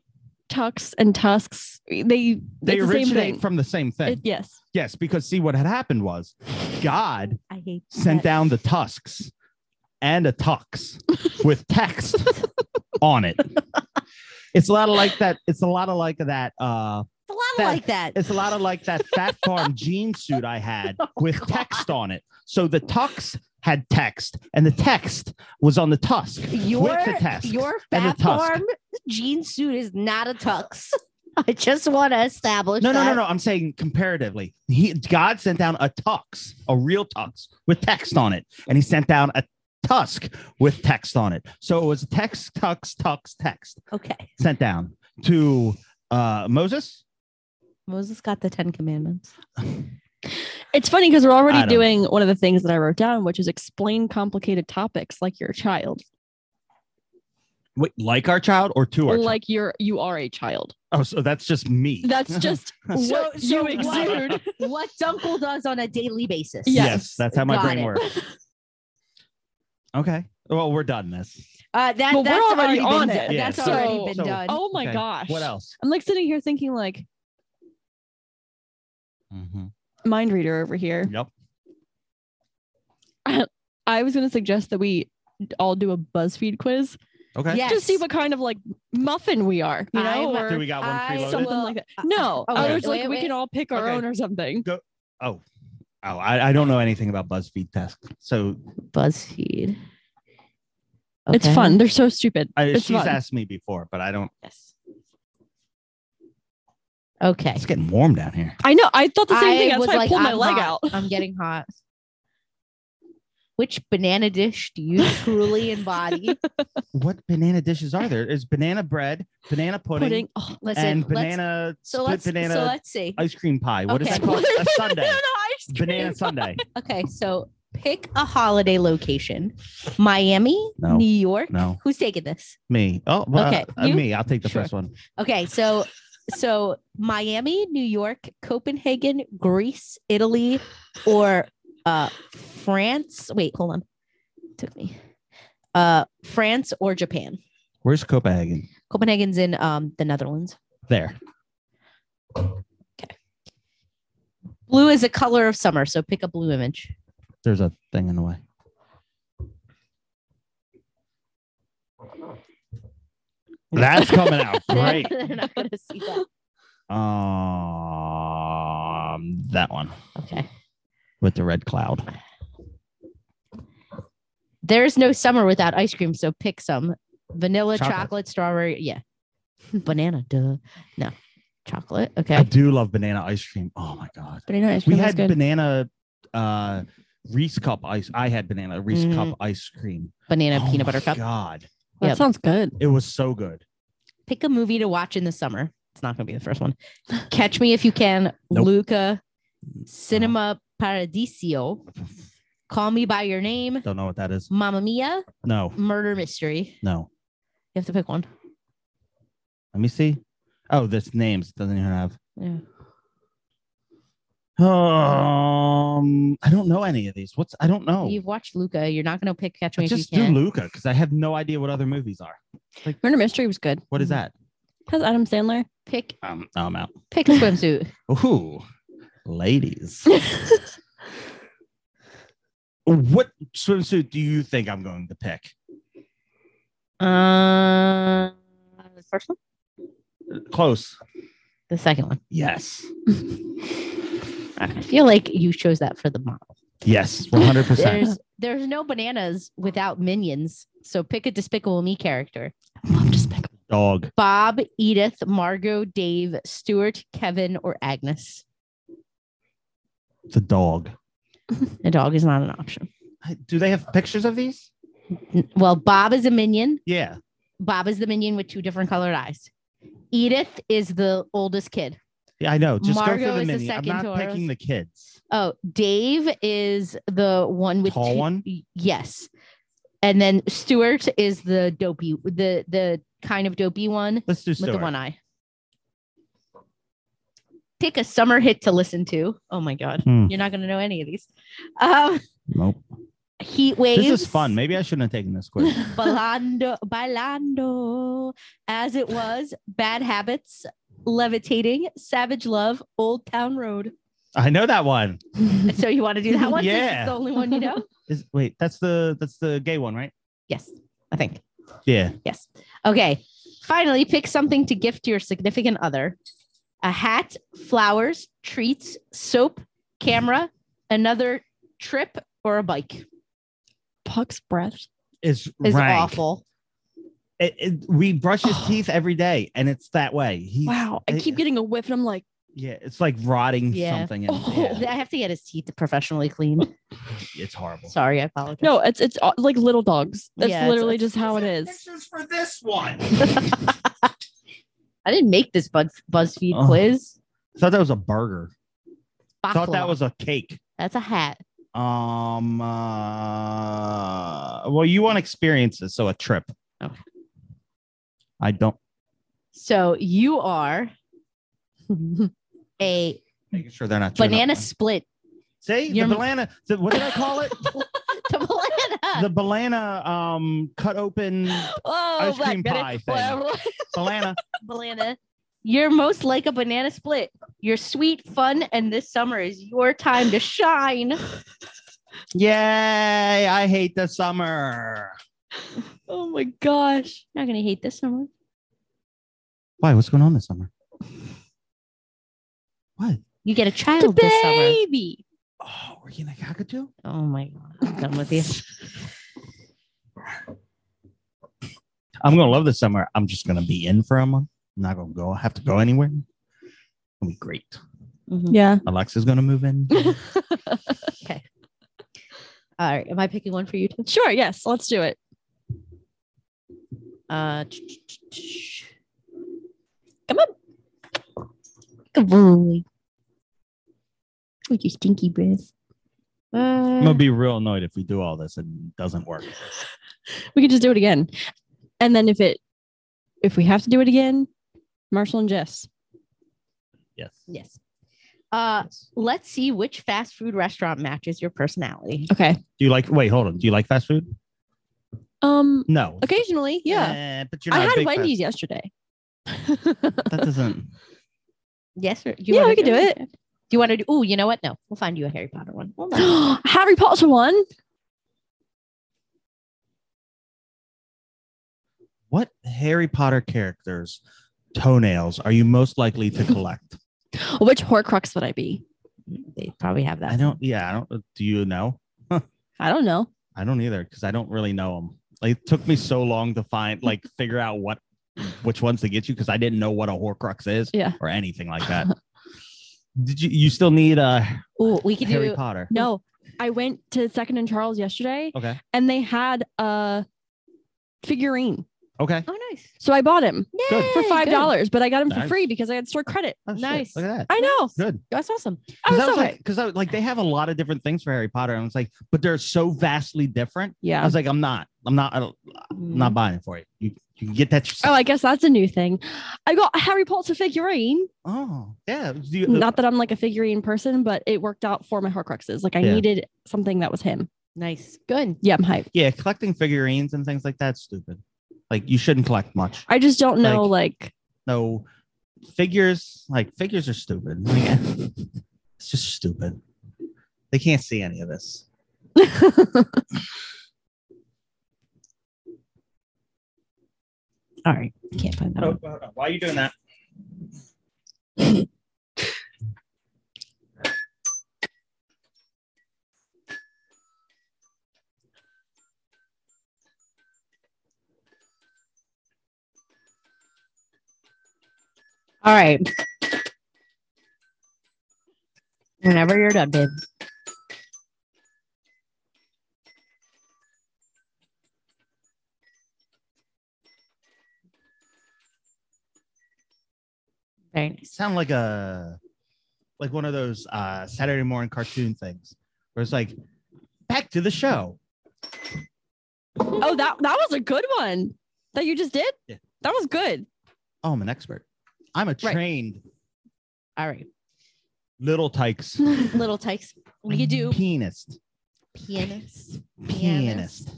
tux, and tusks, they, they it's the same originate thing. from the same thing. It- yes. yes, because see what had happened was God I hate sent that. down the tusks and a tux with text on it. It's a lot of like that. It's a lot of like that. Uh, It's a lot of that- like that. it's a lot of like that fat farm jean suit I had Oh, with text on it. So the tux had text, and the text was on the tusk. Your the tusk your and the fat tusk. farm jean suit is not a tux. I just want to establish. No, no, that. no, no. I'm saying comparatively. He God sent down a tux, a real tux with text on it, and he sent down a tusk with text on it. So it was text, tux, tux, text Okay, sent down to uh, Moses. Moses got the Ten Commandments. It's funny because we're I already don't- doing one of the things that I wrote down, which is explain complicated topics like you're a child, Wait, like our child or to our child? like you're you are a child. Oh, so that's just me. That's just So- so what you what- exude. what Dunkel does on a daily basis. Yes. that's how my Got brain it. works. okay. Well, we're done this. Uh, that, But we're that's already, already on been, it. done. Yeah, That's so- already been so- done. Oh my Okay, gosh. What else? I'm like sitting here thinking like mind reader over here. Yep. I was gonna suggest that we all do a BuzzFeed quiz Okay. Yes. just see what kind of like muffin we are, you know, I'm- or Do we got one I- preloaded? something Well, like that. I- No, oh, I wait, was like, wait, we wait. can all pick our Okay. own or something. oh, oh, I, I don't know anything about BuzzFeed tests, so BuzzFeed. It's fun. They're so stupid. I, it's she's fun. asked me before, but I don't. Yes. Okay. It's getting warm down here. I know. I thought the same thing. That's was why I like, pulled my I'm leg out. hot. I'm getting hot. Which banana dish do you truly embody? What banana dishes are there? Is banana bread, banana pudding, Pudding. Oh, Listen, and let's, banana so split let's banana so let's see. ice cream pie? What is Okay. that called? A no, sundae. no, I Banana Sunday. Okay, so pick a holiday location: Miami, No. New York. No, Who's taking this? me. Oh, well, Okay, uh, you? me. I'll take the Sure. first one. Okay, so so Miami, New York, Copenhagen, Greece, Italy, or uh France. Wait, hold on. Took me. Uh France or Japan. Where's Copenhagen? Copenhagen's in um the Netherlands. There. Blue is a color of summer, so pick a blue image. There's a thing in the way. That's coming out great. They're not gonna see that. Um, that one Okay. with the red cloud. There's no summer without ice cream, so pick some vanilla, Chocolate. chocolate, strawberry. Yeah. Banana, duh. No. Chocolate. Okay. I do love banana ice cream. Oh my god. Banana ice We cream is had good. banana uh Reese cup ice. I had banana Reese cup ice cream. Banana Oh Mm-hmm. peanut my butter cup. God, that Yep. sounds good. it was so good. Pick a movie to watch in the summer. It's not gonna be the first one. Catch me if you can, Nope. Luca, Cinema Paradiso, Call Me by Your Name, Don't know what that is. Mamma Mia, No, Murder Mystery. no. You have to pick one. Let me see. Oh, this names It doesn't even have. Yeah. Um, I don't know any of these. What's I don't know. You've watched Luca. You're not gonna pick Catch Me Oh. Just if you do can. Luca because I have no idea what other movies are. Murder Mystery was good. What is Mm-hmm. that? Has Adam Sandler? pick Um, I'm out. pick a swimsuit. Ooh, ladies. what swimsuit do you think I'm going to pick? Uh, the first one, Close. the second one. Yes. I feel like you chose that for the model. Yes. 100. percent There's there's no bananas without minions, so pick a Despicable Me character. I love Despicable. Dog. Bob, Edith, Margot, Dave, Stuart, Kevin, or Agnes. It's a dog. A dog is not an option. Do they have pictures of these? N- Well, Bob is a minion. Yeah. Bob is the minion with two different colored eyes. Edith is the oldest kid. Yeah, I know. Just go Margo for the is the mini. I'm second not to ours. picking the kids. Oh, Dave is the one with Tall two- one? y- Yes, and then Stuart is the dopey, the the kind of dopey one Let's do with Stuart. the one eye. Pick a summer hit to listen to. Oh my god, Hmm. you're not gonna know any of these. Um, Nope. heat waves. This is fun. Maybe I shouldn't have taken this quiz. Bailando, bailando, as it was. Bad habits, levitating, savage love, old town road. I know that one. So you want to do that one? since it's Yeah. the only one you know. Is wait, that's the that's the gay one, right? Yes, I think. Yeah. Yes. Okay. Finally, pick something to gift to your significant other a hat, flowers, treats, soap, camera, another trip, or a bike Puck's breath. It's is rank. awful. It, it- we brush his teeth every day, and it's that way. He's, Wow. I it- keep getting a whiff and I'm like, Yeah, it's like rotting Yeah. something. In, Oh. yeah, I have to get his teeth professionally cleaned. it's horrible. Sorry, I apologize. no, it's it's uh, like little dogs. That's Yeah, it's- literally just how it is. Pictures for this one. I didn't make this Buzz, BuzzFeed Oh. quiz. thought that was a burger. Thought that Baklava. was a cake. That's a hat. Um. Uh, well, you want experiences, so a trip. Okay. I don't. So you are a Making sure they're not chewing up banana mine. split. See You're- the banana. the- what did I call it? To banana. the banana. Um, cut open oh, ice my cream goodness. pie thing. banana. banana. You're most like a banana split. You're sweet, fun, and this summer is your time to shine. Yay! I hate the summer. Oh my gosh. not gonna hate this summer. Why? What's going on this summer? What? You get a The child this summer. baby. Oh, we're getting a cockatoo. Oh my god, I'm done with you. I'm gonna love this summer. I'm just gonna be in for a month. I'm not gonna go. Have to go anywhere. It'll be great. Mm-hmm. Yeah. Alexa's gonna move in. All right, am I picking one for you too? Sure. Yes. Let's do it. Uh, ch- ch- ch- ch- Come on. Kaboom. With your stinky breath. I'm gonna Uh, be real annoyed if we do all this and it doesn't work. we could just do it again. And then if it if we have to do it again, Marshall and Jess. Yes. Yes. Uh, let's see which fast food restaurant matches your personality. Okay. Do you like? Wait, hold on. Do you like fast food? Um No. occasionally, yeah. Eh, but you're I not a had big Wendy's yesterday. fast- That doesn't. Yes, or do yeah, wanna we could do it. Do you want to do? Oh, you know what? No, we'll find you a Harry Potter one. Hold on. Harry Potter one. What Harry Potter characters' toenails are you most likely to collect? Which Horcrux would I be? They probably have I that. don't. Yeah, I don't. Do you know? I don't know. I don't either because I don't really know them. Like, it took me so long to find, like, figure out what which ones to get you because I didn't know what a Horcrux is Yeah. or anything like that. Did you? You still need a Oh, we could Harry do. Potter? No, I went to Second and Charles yesterday Okay. and they had a figurine. Okay. Oh, nice. So I bought him Good. for Yay, five good. dollars, but I got him for Nice. free because I had store credit. Oh, shit, Nice. Look at that. I know. Good. That's awesome. I Because was I was so like, because I was like, they have a lot of different things for Harry Potter, and I was like, but they're so vastly different. I yeah. Mm-hmm. was like, I'm not, I'm not, I don't, Mm, I'm not buying it for you. You, you can get that Oh, yourself. I guess that's a new thing. I got a Harry Potter figurine. Oh, yeah. Do you- Not that I'm like a figurine person, but it worked out for my Horcruxes. Like I Yeah. needed something that was him. Nice. Good. Yeah, I'm hyped. yeah, collecting figurines and things like that's stupid. Like you shouldn't collect much. I just don't know. Like, No figures, like figures are stupid. Like, it's just stupid. They can't see any of this. All right. Can't find that. one. Oh, why are you doing that? All right. Whenever you're done, babe. Very nice. sound like a like one of those uh Saturday morning cartoon things where it's like back to the show. oh, that that was a good one that you just did. Yeah. That was good. Oh, I'm an expert. I'm a Right. trained All right. little tykes. Little tykes. We could do pianist. pianist. Pianist.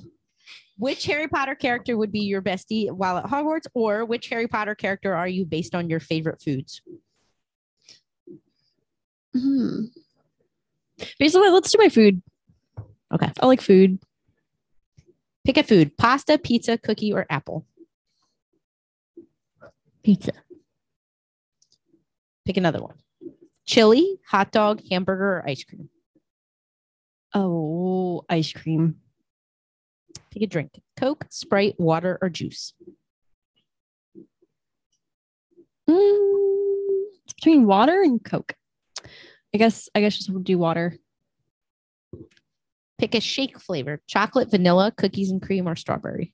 Which Harry Potter character would be your bestie while at Hogwarts, or which Harry Potter character are you based on your favorite foods? Hmm. Basically, let's do my food. Okay. I like food. Pick a food: pasta, pizza, cookie, or apple. Pizza. Pick another one: chili, hot dog, hamburger, or ice cream. Oh, ice cream. Pick a drink: Coke, Sprite, water, or juice. Mm, it's between water and Coke. I guess. I guess just we'll do water. Pick a shake flavor: chocolate, vanilla, cookies and cream, or strawberry.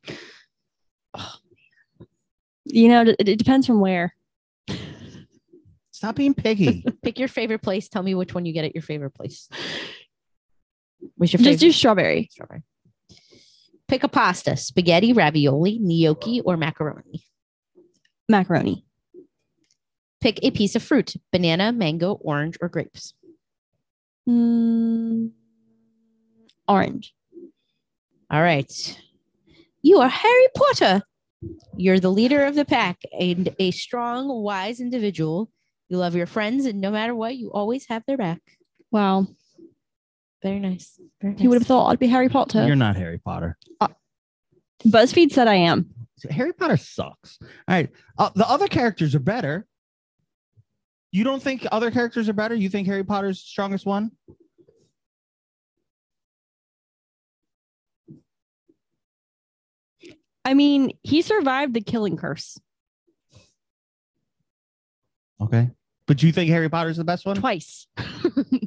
You know, it, it depends from where. Stop being piggy. Pick your favorite place. Tell me which one you get at your favorite place. What's your favorite? Just do strawberry. strawberry. Pick a pasta: spaghetti, ravioli, gnocchi, or macaroni. Macaroni. Pick a piece of fruit: banana, mango, orange, or grapes. Mm, orange. All right. You are Harry Potter. You're the leader of the pack and a strong, wise individual. You love your friends, and no matter what, you always have their back. Wow. Very nice. Very nice. You would have thought I'd be Harry Potter. You're not Harry Potter. BuzzFeed said I am. Harry Potter sucks. All right. Uh, the other characters are better. You don't think other characters are better? You think Harry Potter's the strongest one? I mean, he survived the killing curse Okay. But you think Harry Potter's the best one? twice.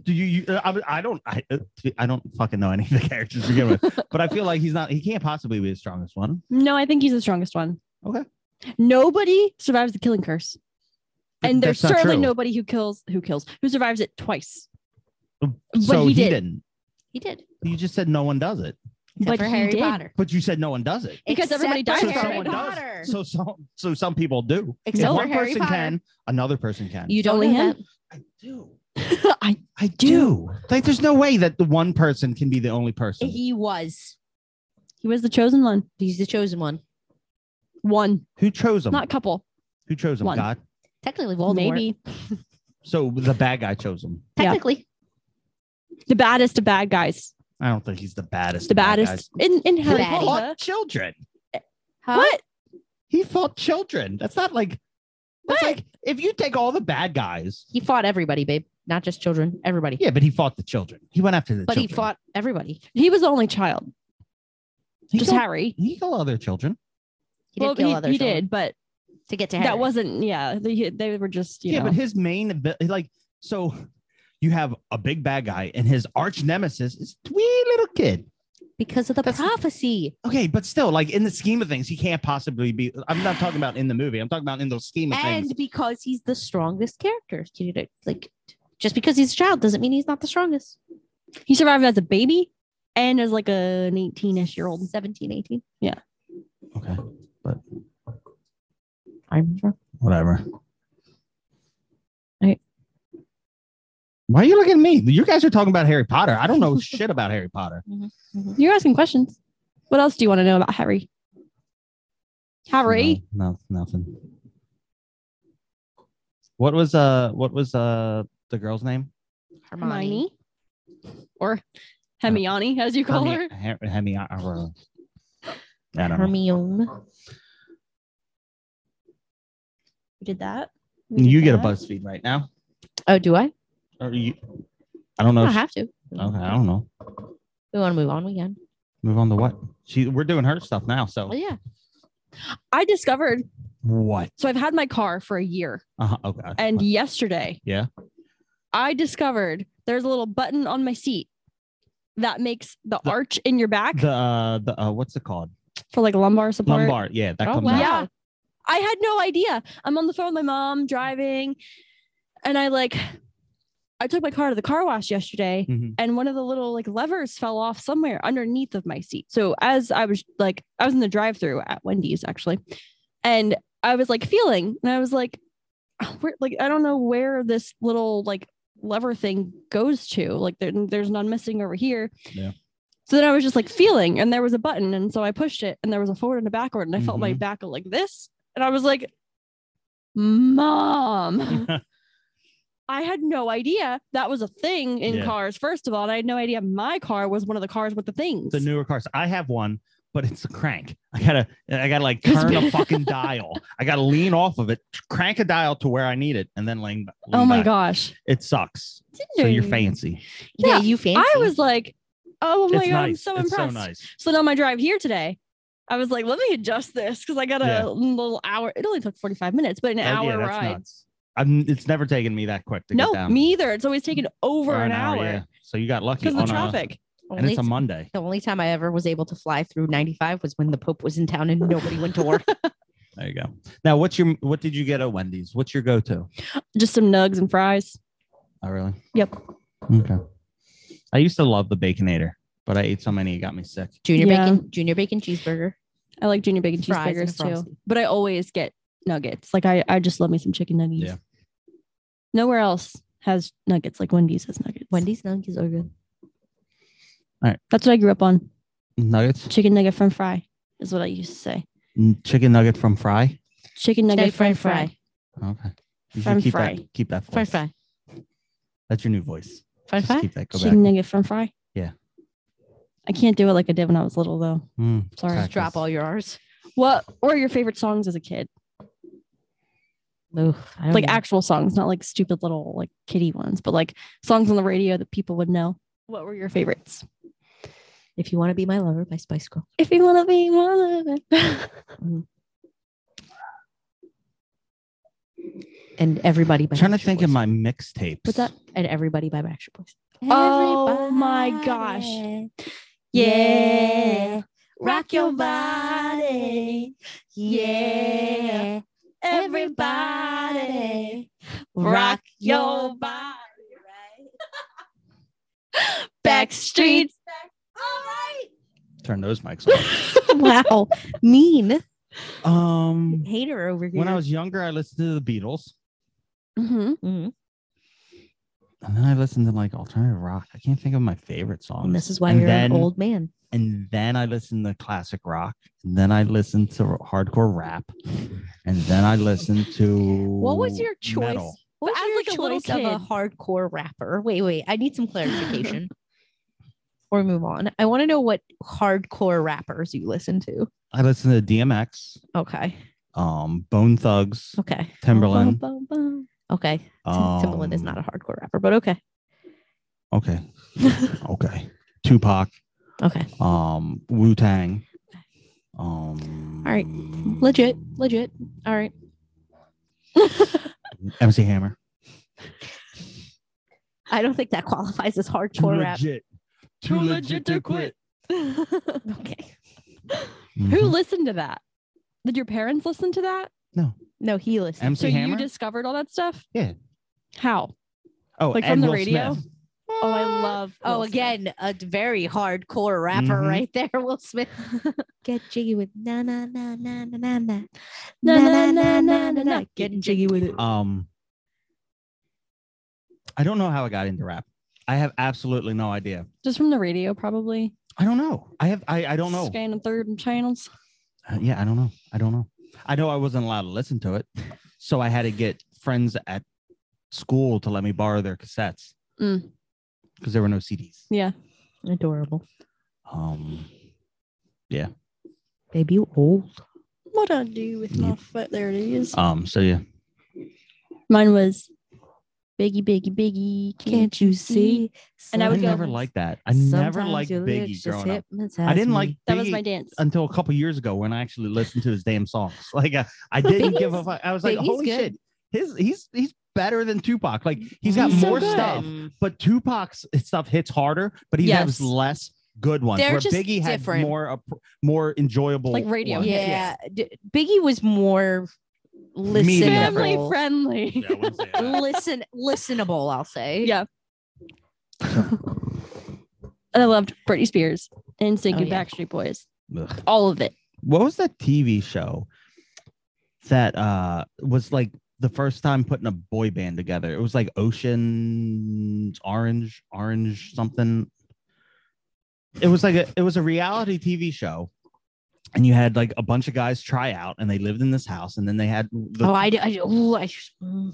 Do you? you uh, I, I don't. I, uh, t- I don't fucking know any of the characters to begin with. but I feel like he's not. He can't possibly be the strongest one. No, I think he's the strongest one. Okay. Nobody survives the killing curse. But And there's that's not certainly true. nobody who kills who kills who survives it twice. so he he, did. didn't. He did. You just said no one does it. Except But for he Harry did. Potter. But you said no one does it. Because Except everybody for dies So if Harry someone does. Potter. So some so some people do. If Except one for Harry person Potter. can, another person can. You don't Only know him. that. I do. I I do. Like there's no way that the one person can be the only person. He was. he was the chosen one. He's the chosen one. One, Who chose him? not couple. Who chose him? one. God. Technically, Voldemort. Maybe So the bad guy chose him. Yeah. Technically, the baddest of bad guys. I don't think he's the baddest. The of bad baddest in in guys. Harry He Baddie. Potter. fought children. Huh? What? He fought children. That's not like. That's like if you take all the bad guys. He fought everybody, babe. Not just children. Everybody. Yeah, but he fought the children. He went after the. but he children. fought everybody. He was the only child. He just killed- Harry. He killed other children. He did Well, kill others. he did, but to get to Harry. that wasn't. Yeah, they, they were just you yeah, know. but his main abi- like so, you have a big bad guy and his arch nemesis is wee little kid. because of the That's- prophecy. Okay, but still, like in the scheme of things, he can't possibly be. I'm not talking about in the movie. I'm talking about in the scheme of And things. because he's the strongest character. You know, like just because he's a child doesn't mean he's not the strongest. he survived as a baby and as like a, an 18ish year old. 17, 18. Okay, I'm sure. whatever. Right. Why are you looking at me? You guys are talking about Harry Potter. I don't know shit about Harry Potter. You're asking questions. What else do you want to know about Harry? Harry, No, no, nothing. What was uh what was uh the girl's name? Hermione. Hermione, or Hermione, as you call her. Hermi- Her- Hermi- uh, I don't know. Hermione. We did that. We did You get a that. BuzzFeed right now, Oh, do I? or you? I don't know. I don't if- have to. okay, I don't know. We want to move on. We can. Move on to what? She, we're doing her stuff now. So Oh, yeah. I discovered. what? So I've had my car for a year, Uh-huh. Okay. and yesterday, Yeah. I discovered there's a little button on my seat that makes the, The- arch in your back the uh, the uh, what's it called? for like lumbar support. Lumbar. Yeah, that Oh, comes wow. out. Yeah. I had no idea. I'm on the phone with my mom driving, and I like, I took my car to the car wash yesterday, Mhm. and one of the little like levers fell off somewhere underneath of my seat. So as I was like, I was in the drive-through at Wendy's actually, and I was like feeling, and I was like, "Oh, where, like I don't know where this little like lever thing goes to. Like there, there's none missing over here. Yeah. So then I was just like feeling, and there was a button, and so I pushed it, and there was a forward and a backward, and I felt my Mhm. back go like this, and I was like, "Mom." I had no idea that was a thing in Yeah. cars. First of all, and I had no idea my car was one of the cars with the things. the newer cars. I have one, but it's a crank. I gotta, I gotta like It's turn a been- fucking dial. I gotta lean off of it, crank a dial to where I need it, and then lean. oh lean my back. gosh! it sucks. So you're Ding. fancy. Yeah, Yeah, you fancy. I was like, "Oh my it's god, nice. I'm so it's impressed." so nice. So then on my drive here today, I was like, let me adjust this because I got a Yeah. little hour. It only took 45 minutes, but an That- hour yeah, that's ride. nuts. I'm, it's never taken me that quick to get No, down. me either. It's always taken over Or an, hour yeah. So you got lucky because on of the traffic. A, and it's a Only- Monday. the only time I ever was able to fly through 95 was when the Pope was in town and nobody went to work. There you go. Now, what's your what did you get at Wendy's? What's your go to? Just some nugs and fries. Oh, really? Yep. Okay. I used to love the Baconator, but I ate so many it got me sick. Junior Yeah. bacon, junior bacon cheeseburger. I like junior bacon Fries and a cheeseburgers too, Frosty. but I always get nuggets. Like I, I just love me some chicken nuggets. Yeah. Nowhere else has nuggets like Wendy's has nuggets. Wendy's nuggets are good. That's what I grew up on. Nuggets, Chicken nugget from fry is what I used to say. Mm, chicken nugget from Fry. Chicken nugget from French fry. fry. Okay. You should From keep fry. that. Keep that. Voice. French fry. That's your new voice. French Just fry. keep that. Go Chicken back. nugget from fry. Yeah. I can't do it like I did when I was little though. Mm, Sorry. Practice. Drop all your R's. What were your favorite songs as a kid? Oof, I Oh, don't Like even- actual songs, not like stupid little like kiddie ones, but like songs on the radio that people would know. What were your favorites? if you want to be my lover by Spice Girl. If you wanna be one of it. And everybody by I'm trying to Backstreet think of Boys. my mixtapes. What's that? and everybody by Backstreet Boys. Oh my gosh. Everybody. Yeah. Rock your body. Yeah. Everybody. Rock your body. back streets. Turn those mics off. wow. Mean. um, Hater over here. when I was younger, I listened to the Beatles, Mhm. Mhm. and then I listened to like alternative rock. I can't think of my favorite songs. And this is why And you're then- an old man. and then I listened to classic rock, and then I listened to hardcore rap, and then I listened to What was your choice? metal. What But as was your like a little choice kid. of of a hardcore rapper. Wait, wait. I need some clarification before we move on. I want to know what hardcore rappers you listen to. I listened to DMX, Okay. um, Bone Thugs, Oh, Okay. Timberland. Okay. Tim- Timbaland is um, not a hardcore rapper, but okay. Okay. okay. Tupac, Okay. um, Wu Tang. Um, All right. Legit. Legit. All right. MC Hammer. I don't think that qualifies as hardcore rap. Too legit to quit. okay. Mhm. Who listened to that? Did your parents listen to that? No, he listens. MC so Hammer? you discovered all that stuff? Yeah. How? oh, like, from and the Will radio? Smith. Oh, I love. Oh, Will Smith. again, a d- very hardcore rapper Mhm. right there, Will Smith. Get jiggy with na na na na na na na Na, na, na, na, na, na. Getting jiggy with it. Um, I don't know how I got into rap. I have absolutely no idea. Just from the radio, probably. I don't know. I have. I, I don't know. Scanning through the channels. Uh, yeah, I don't know. I don't know. I know I wasn't allowed to listen to it, so I had to get friends at school to let me borrow their cassettes because Mm. there were no CDs. Yeah. Adorable. Um, Baby, you old. What I do with my foot? There it is. um. So yeah. Mine was Biggie, Biggie, Biggie. Can't you see? And I would go- never liked that. I never liked Biggie growing up. I didn't like Biggie That was my dance. until a couple years ago when I actually listened to his damn songs. Like I, I didn't give a fuck. I was like, Biggie's holy good. shit, his he's he's better than Tupac. Like he's got He's so more good. stuff, but Tupac's stuff hits harder, but he Yes. has less good ones. They're where just Biggie had different. more uh, more enjoyable, Like radio Yeah, ones. D- Biggie was more Family listenable. friendly. Yeah, I wouldn't say that. Listen, listenable. I'll say. Yeah. And I loved Britney Spears and Singing Oh, yeah. Backstreet Boys. Ugh. All of it. What was that TV show that uh was like the first time putting a boy band together? It was like Ocean Orange, Orange something. It was like a it was a reality TV show. And you had like a bunch of guys try out and they lived in this house and then they had the oh, I, d- I, ooh, I, sh- mm.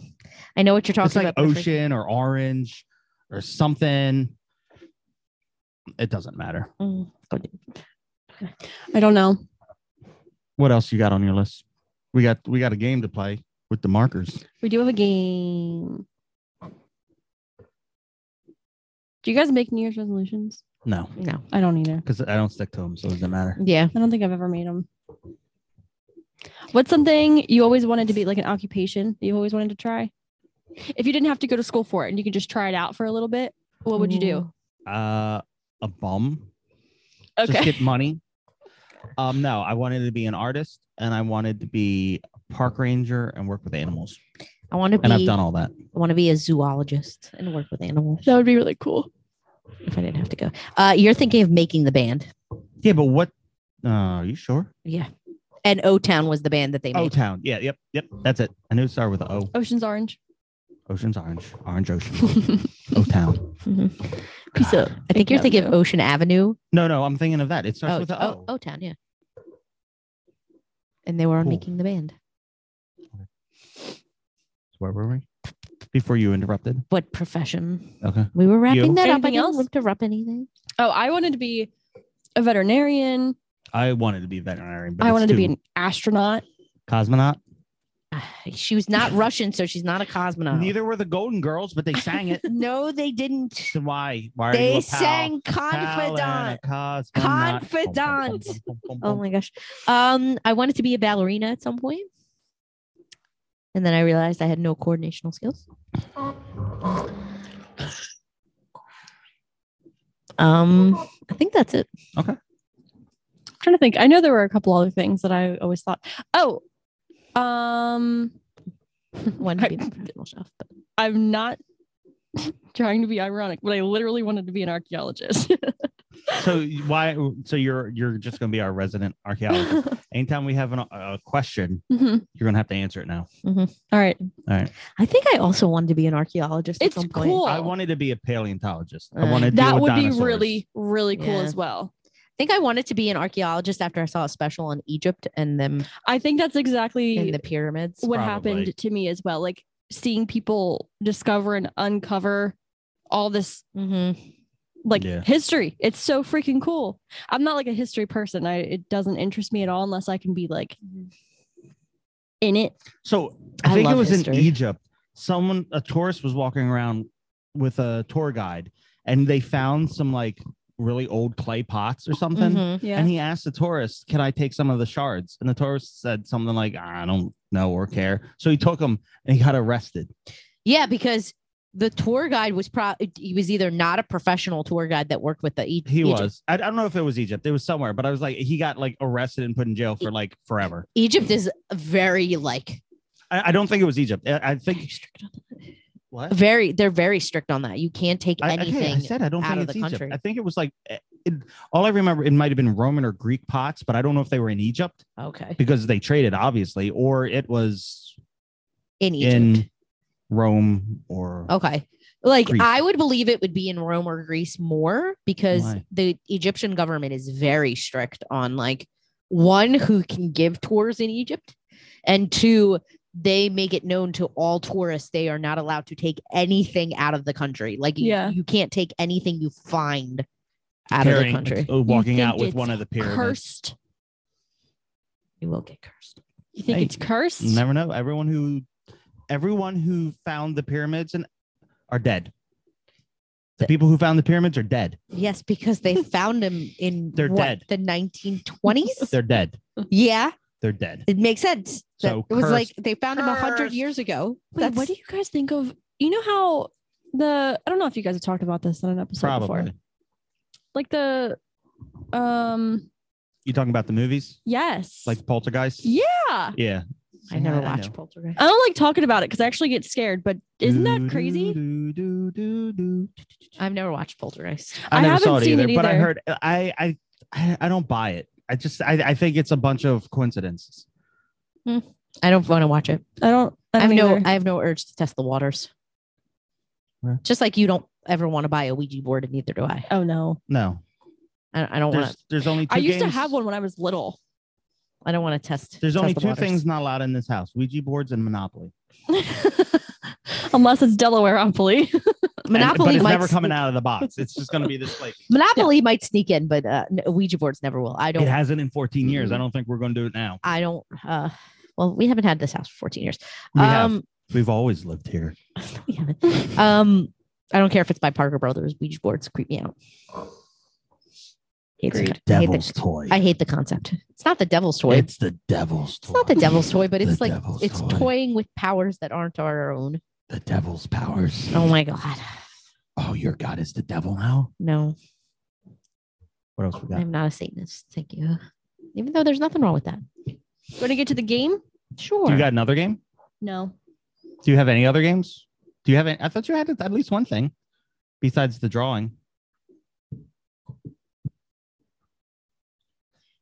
I know what you're talking it's like about. perfectly. ocean or orange or something. It doesn't matter. Mm. Go do- I don't know. What else you got on your list? We got we got a game to play with the markers. We do have a game. Do you guys make New Year's resolutions? No, No. I don't either. because I don't stick to them, so it doesn't matter. Yeah. I don't think I've ever made them. What's something you always wanted to be like an occupation that you always wanted to try? If you didn't have to go to school for it and you could just try it out for a little bit, what would you Mm. do? Uh, a bum. Just Okay. get money. Um, no, I wanted to be an artist, and I wanted to be a park ranger and work with animals. I want to be. And I've done all that. I want to be a zoologist and work with animals. That would be really cool. If I didn't have to go, uh, you're thinking of making the band. Yeah, but what? Uh, are you sure? Yeah. And O Town was the band that they O made. Town. Yeah. Yep. Yep. That's it. I knew it started with a O. Ocean's Orange. Oh, Ocean's orange. Orange ocean. O Town. Peace up. I think you're thinking of Ocean Avenue. No, no, I'm thinking of that. It starts Oh, with a O. O O Town, yeah. And they were Cool. making the band. Where were we? Before you interrupted. What profession? Okay. We were wrapping You? that up. I Anything didn't else? interrupt anything. Oh, I wanted to be a veterinarian. I wanted to be veterinarian. But I it's wanted to be too- an astronaut. cosmonaut. Ah, She was not Russian, so she's not a Oh. cosmonaut. Neither were the Golden Girls, but they sang it. No, they didn't. So why? Why are you They a pal? sang Pal and Confidant. a cosmonaut. Confidant. Bum, bum, bum, bum, Oh bum. my gosh. Um, I wanted to be a ballerina at some point. And then I realized I had no coordinational skills. Um, I think that's it. I'm trying to think. I know there were a couple other things that I always thought. Oh, um, One to be a professional chef, but I'm not trying to be ironic, but I literally wanted to be an archaeologist. So why? So you're you're just gonna be our resident archaeologist. Anytime we have an, a question, Mm-hmm. Mhm. you're gonna have to answer it now. All right. I think I also wanted to be an archaeologist. It's at some cool. Point. I wanted to be a paleontologist. I Uh, wanted to deal That with would be dinosaurs. really, really cool Yeah. as well. I think I wanted to be an archaeologist after I saw a special on Egypt and them I think that's exactly and the pyramids. what Probably. happened to me as well. Like seeing people discover and uncover all this Mm-hmm. like Yeah. history. It's so freaking cool. I'm not like a history person. I it doesn't interest me at all unless I can be like Mm-hmm. in it. So I, I think it love was history. in Egypt. Someone, a tourist, was walking around with a tour guide, and they found some like really old clay pots or something. Mm-hmm. Yeah. And he asked the tourist, "Can I take some of the shards?" And the tourist said something like, "I don't know or care." So he took them, and he got arrested. Yeah, because the tour guide was pro he was either not a professional tour guide that worked with the E- He Egypt. was. I, I don't know if it was Egypt. It was somewhere, but I was like, he got like arrested and put in jail for like forever. Egypt is very like I, I don't think it was Egypt. I, I think what very they're very strict on that. You can't take I, okay, I anything. said I don't out think of it's the Egypt. country. I think it was like eh, it, all I remember. It might have been Roman or Greek pots, but I don't know if they were in Egypt okay. because they traded, obviously, or it was In Egypt. Oh, in Rome or uh, Okay. Like Greece. I would believe it would be in Rome or Greece more because Why? the Egyptian government is very strict on like one who can give tours in Egypt and two they make it known to all tourists they are not allowed to take anything out of the country. Like you- Yeah. you, can't take anything you find out carrying, of the country. uh, walking think out with it's one of the pyramids. Cursed. You will get cursed. You think Hey, it's cursed? You never know. Everyone who everyone who found the pyramids and are dead. The people who found the pyramids are dead. Yes, because they found him in They're what, dead. the 1920s. They're dead. yeah. They're dead. It makes sense. That So it was cursed. like they found him a hundred Cursed. years ago. Wait, That's what do you guys think of? You know how the I don't know if you guys have talked about this on an episode Probably. before. Like the um You talking about the movies? yes. Like Poltergeist? yeah. Yeah. I never know. watched Poltergeist. I don't like talking about it because I actually get scared, but isn't Do, that crazy? do, do, do, do. I've never watched Poltergeist. I I never saw haven't it seen either, it but I either. heard I I I I don't buy it. I just I, I think it's a bunch of coincidences. I don't want to watch it. I don't I I have don't no. either. I have no urge to test the waters. Yeah. Just like you don't ever want to buy a Ouija board, and neither do I. Oh no. No. I, I don't want to. There's there's only two I used to games- have one when I was little. I don't want to test. There's test only the two waters. things not allowed in this house. Ouija boards and Monopoly. Unless it's Delaware Opoly. And- Monopoly but it's might never coming sneak- out of the box. It's just going to be this like Monopoly might sneak in, but uh, n- Ouija boards never will. I it don't. hasn't in 14 years. I don't think we're going to do it now. I don't. Uh, well, we haven't had this house for 14 years. We have. um, We've always lived here. we haven't. um, I don't care if it's by Parker Brothers. Ouija boards creep me out. Hate the- I hate the- toy. I hate the concept. It's not the devil's toy. It's, It's the devil's toy. not the devil's toy, but The it's like devil's it's toy. toying with powers that aren't our own. The devil's powers. Oh my god. Oh, your god is the devil now. No, What else we got? I'm not a Satanist. Thank you. Even though there's nothing wrong with that. Want to get to the game? Sure. Do you got another game? No. Do you have any other games? Do you have? Any, I thought you had at least one thing besides the drawing.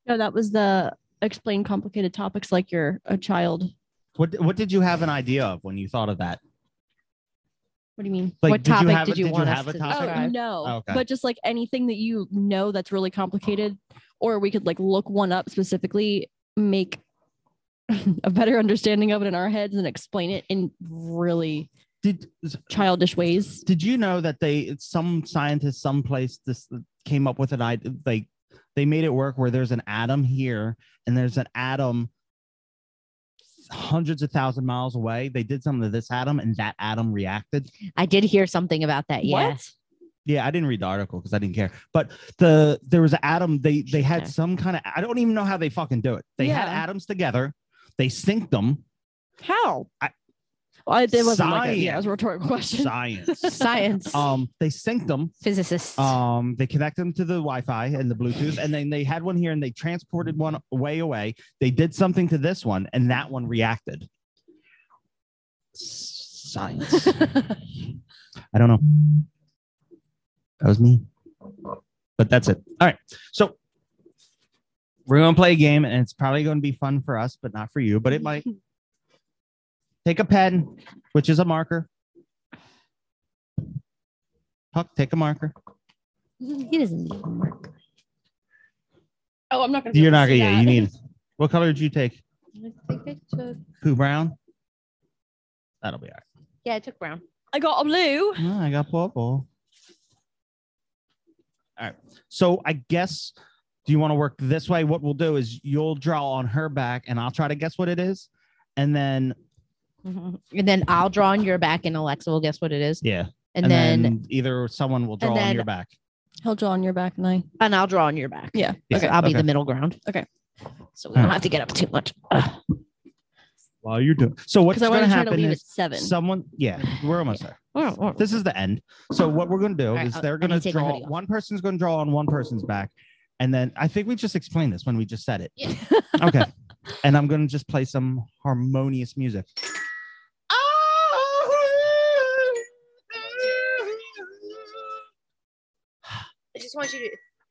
No, that was the explain complicated topics like you're a child. What What did you have an idea of when you thought of that? What do you mean? Like, What topic have, did a- you want us have a to topic? Oh describe? no. Oh, okay. But just like anything that you know that's really complicated, or we could like look one up specifically, make a better understanding of it in our heads and explain it in really Did childish ways. Did you know that they some scientist someplace this came up with an idea like they made it work where there's an atom here and there's an atom hundreds of thousand miles away. They did something to this atom and that atom reacted. I did hear something about that. Yeah. Yeah, I didn't read the article because I didn't care. But the there was an atom. They they had Okay. some kind of I don't even know how they fucking do it. They had Yeah. atoms together. They synced them. How? I, I- well, it wasn't like a, yeah, it Science. was a rhetorical question. Science. Science. um, they synced them. Physicists. Um, they connect them to the Wi-Fi and the Bluetooth, and then they had one here, and they transported one way away. They did something to this one, and that one reacted. S- science. I don't know. That was me. But that's it. All right. So we're going to play a game, and it's probably going to be fun for us, but not for you, but it might. Take a pen, which is a marker. Huck, take a marker. He doesn't need homework. Oh, I'm not gonna. be You're able not to see going to, yeah, you that. need. What color did you take? I think I took. Pooh Brown? That'll be all right. Yeah, I took brown. I got a No, blue. Ah, I got purple. All right. So I guess do you want to work this way? What we'll do is you'll draw on her back and I'll try to guess what it is. And then And then I'll draw on your back, and Alexa will guess what it is. yeah. And, then, either someone will draw on then- your back. He'll draw on your back and I. and I'll draw on your back. Yeah. Yeah, So I'll be okay. the middle ground. Okay. So we don't Alright. have to get up too much. Ugh. While you're doing so what's Because I want gonna to try to happen leave is at seven. someone yeah, we're almost there. Oh, oh. This is the end. So what we're gonna do right, is I'll- I they're need gonna to take my draw hoodie off. one person's gonna draw on one person's back. And then I think we just explained this when we just said it. Yeah. Okay. and I'm gonna just play some harmonious music. I just want you to.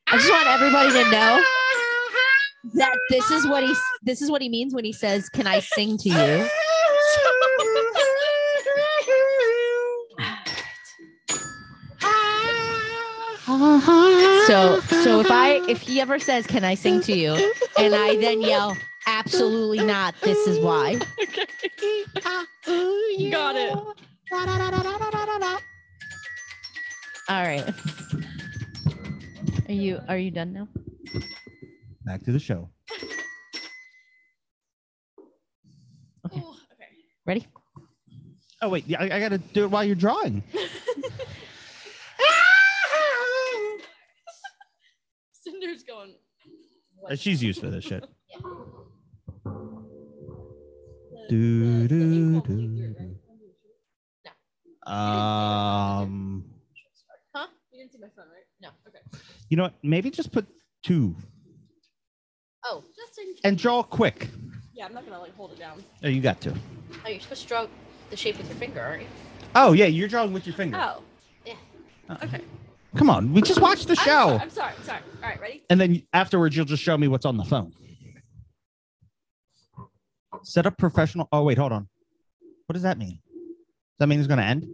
I just want everybody to know that this is what he this is what he means when he says, "Can I sing to you?" So so if I if he ever says, "Can I sing to you?" and I then yell, "Absolutely not. This is why." Got it. All right. Are you are you done now? Back to the show. Ready? Oh wait, yeah, I, I gotta do it while you're drawing. Cinder's going. Uh, She's used to this shit. Do, do, do, do. Um, Huh? You didn't see my phone, right? No. Okay. you know what? Maybe just put two Oh. Just in and draw quick. Yeah, I'm not gonna like hold it down. Oh, you got two. Oh, you're supposed to draw the shape with your finger, aren't you? Oh yeah, you're drawing with your finger. Uh-uh. Oh, Come on, we just watched the I'm show, sorry, I'm sorry. I'm sorry. All right, ready? and then afterwards you'll just show me what's on the phone. Set up professional. Oh wait, hold on. What does that mean? Does that mean it's gonna end?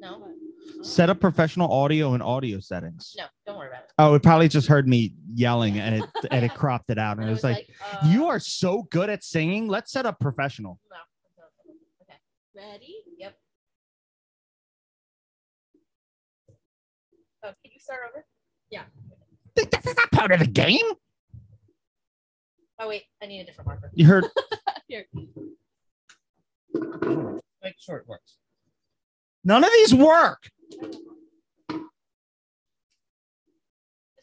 No. Set up professional audio and audio settings. No, don't worry about it. Oh, it probably just heard me yelling and it and it cropped it out and it was like, uh, "You are so good at singing. Let's set up professional." No. Okay. Ready? Yep. Oh, can you start over? Th- This is not part of the game. Oh wait, I need a different marker. You heard? Here. Make sure it works. None of these work. This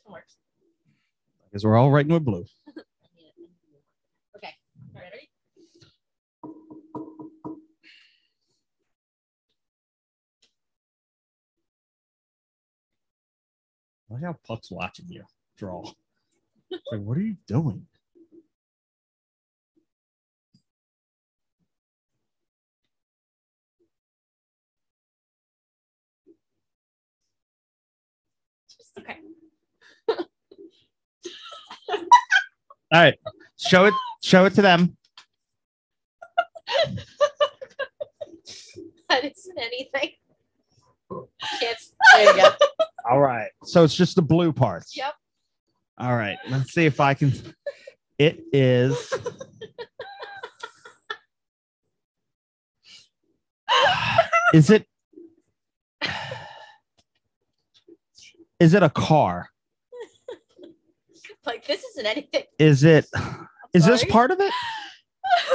one works. Because we're all writing with blue. I need it. Okay. All right, ready? Look how Puck's watching you draw. It's like, what are you doing? Okay. All right, show it. Show it to them. That isn't anything. Yes. There you go. All right. So it's just the blue parts. Yep. All right. Let's see if I can. It is. is it? Is it a car? Like this isn't anything. Is it? Is this sorry. part of it?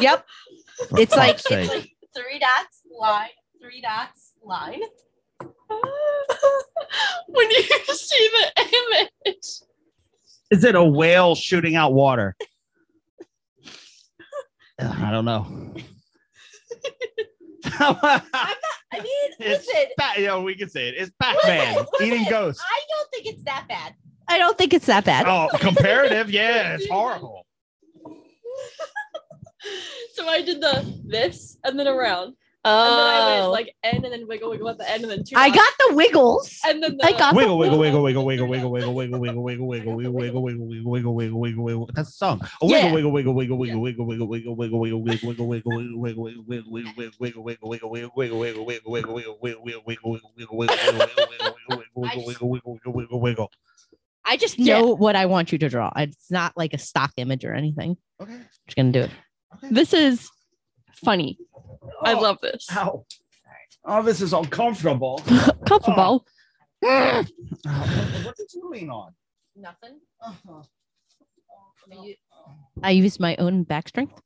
Yep. For It's like- fuck's It's sake. like three dots line, three dots line. when you see the image, Is it a whale shooting out water? Ugh, I don't know. I mean, it's listen, Bat- yo, we can say it. It's Batman Listen, eating listen, ghosts. I don't think it's that bad. I don't think it's that bad. Oh, comparative, yeah, it's horrible. so I did the this and then around. And then I Oh, went like N and then wiggle wiggle at the end and then two. I dots. got the wiggles. and then the, I got- Wiggle, wiggle, wiggle, wiggle, wiggle, wiggle, wiggle, wiggle, wiggle, wiggle, wiggle, wiggle, wiggle, wiggle, wiggle, wiggle, wiggle, wiggle. That's the song. A Yeah. Wiggle, wiggle, wiggle, wiggle, wiggle, wiggle, wiggle, wiggle, wiggle, wiggle, wiggle, wiggle, wiggle, wiggle, wiggle, wiggle, wiggle, wiggle, wiggle, wiggle, wiggle, wiggle, wiggle, wiggle, wiggle, wiggle, wiggle, wiggle, wiggle, wiggle, wiggle, wiggle, wiggle, wiggle, wiggle, wiggle, wiggle, wiggle, wiggle. I just know what I want you to draw. It's not like a stock image or anything. Okay. I'm just gonna do it. This is funny. I Oh, love this. Ow. Oh, this is uncomfortable. Comfortable. Oh, What did you lean on? Nothing. Uh-huh. I used my own back strength.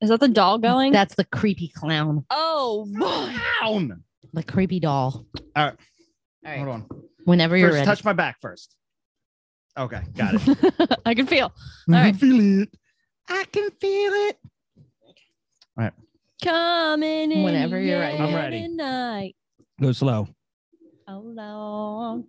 Is that the doll going? That's the creepy clown, oh, Down. the creepy doll. All right. All right. Hold on. Whenever you're First, ready. touch my back first. Okay, got it. I can feel. All right. feel it. I can feel it. Coming in. Whenever you're ready. I'm ready. Night. Go slow. Hello.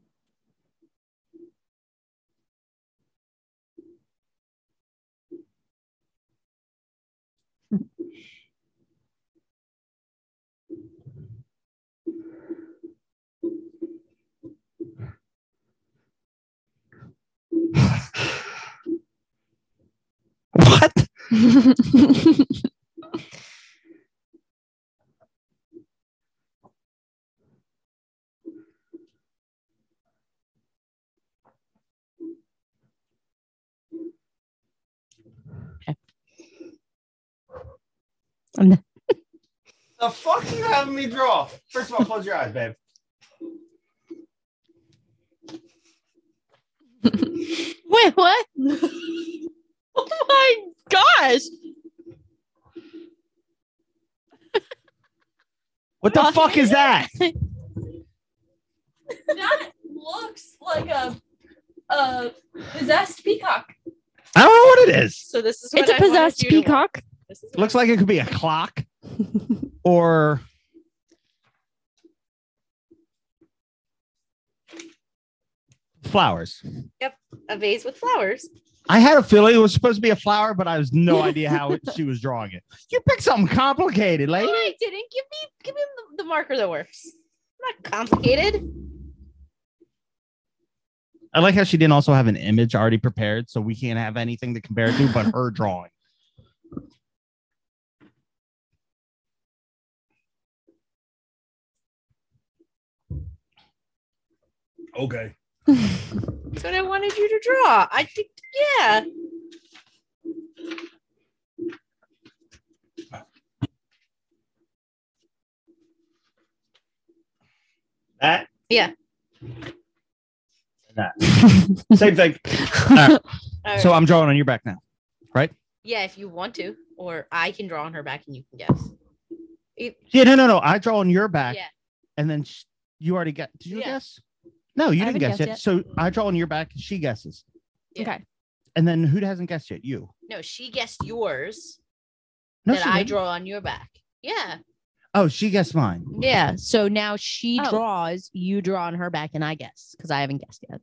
What? The fuck you having me draw? First of all, close your eyes, babe. Wait, what? Oh my gosh. What the fuck is that? That looks like a a possessed peacock. I don't know what it is. So this is what It's a I wanted possessed you to watch. peacock. This is It looks like it could be a clock or flowers. A vase with flowers. I had a feeling it was supposed to be a flower, but I was no idea how it, she was drawing it. You picked something complicated, lady. I didn't. Give me, give me the, the marker that works. Not complicated. I like how she didn't also have an image already prepared, so we can't have anything to compare it to but her drawing. Okay. That's what I wanted you to draw. I think, yeah. That? Yeah. That. Same thing. All right, All So right. I'm drawing on your back now. yeah, if you want to, or I can draw on her back and you can guess. It- Yeah, no, no, no. I draw on your back, Yeah. and then sh- you already got. Did you Yeah. guess? No, you didn't I haven't guess guessed yet. So I draw on your back. She guesses, Yeah. Okay. and then who hasn't guessed yet? You. No, she guessed yours No, that she I didn't. draw on your back. Yeah. Oh, she guessed mine. Yeah. So now she Oh. draws, you draw on her back, and I guess because I haven't guessed yet.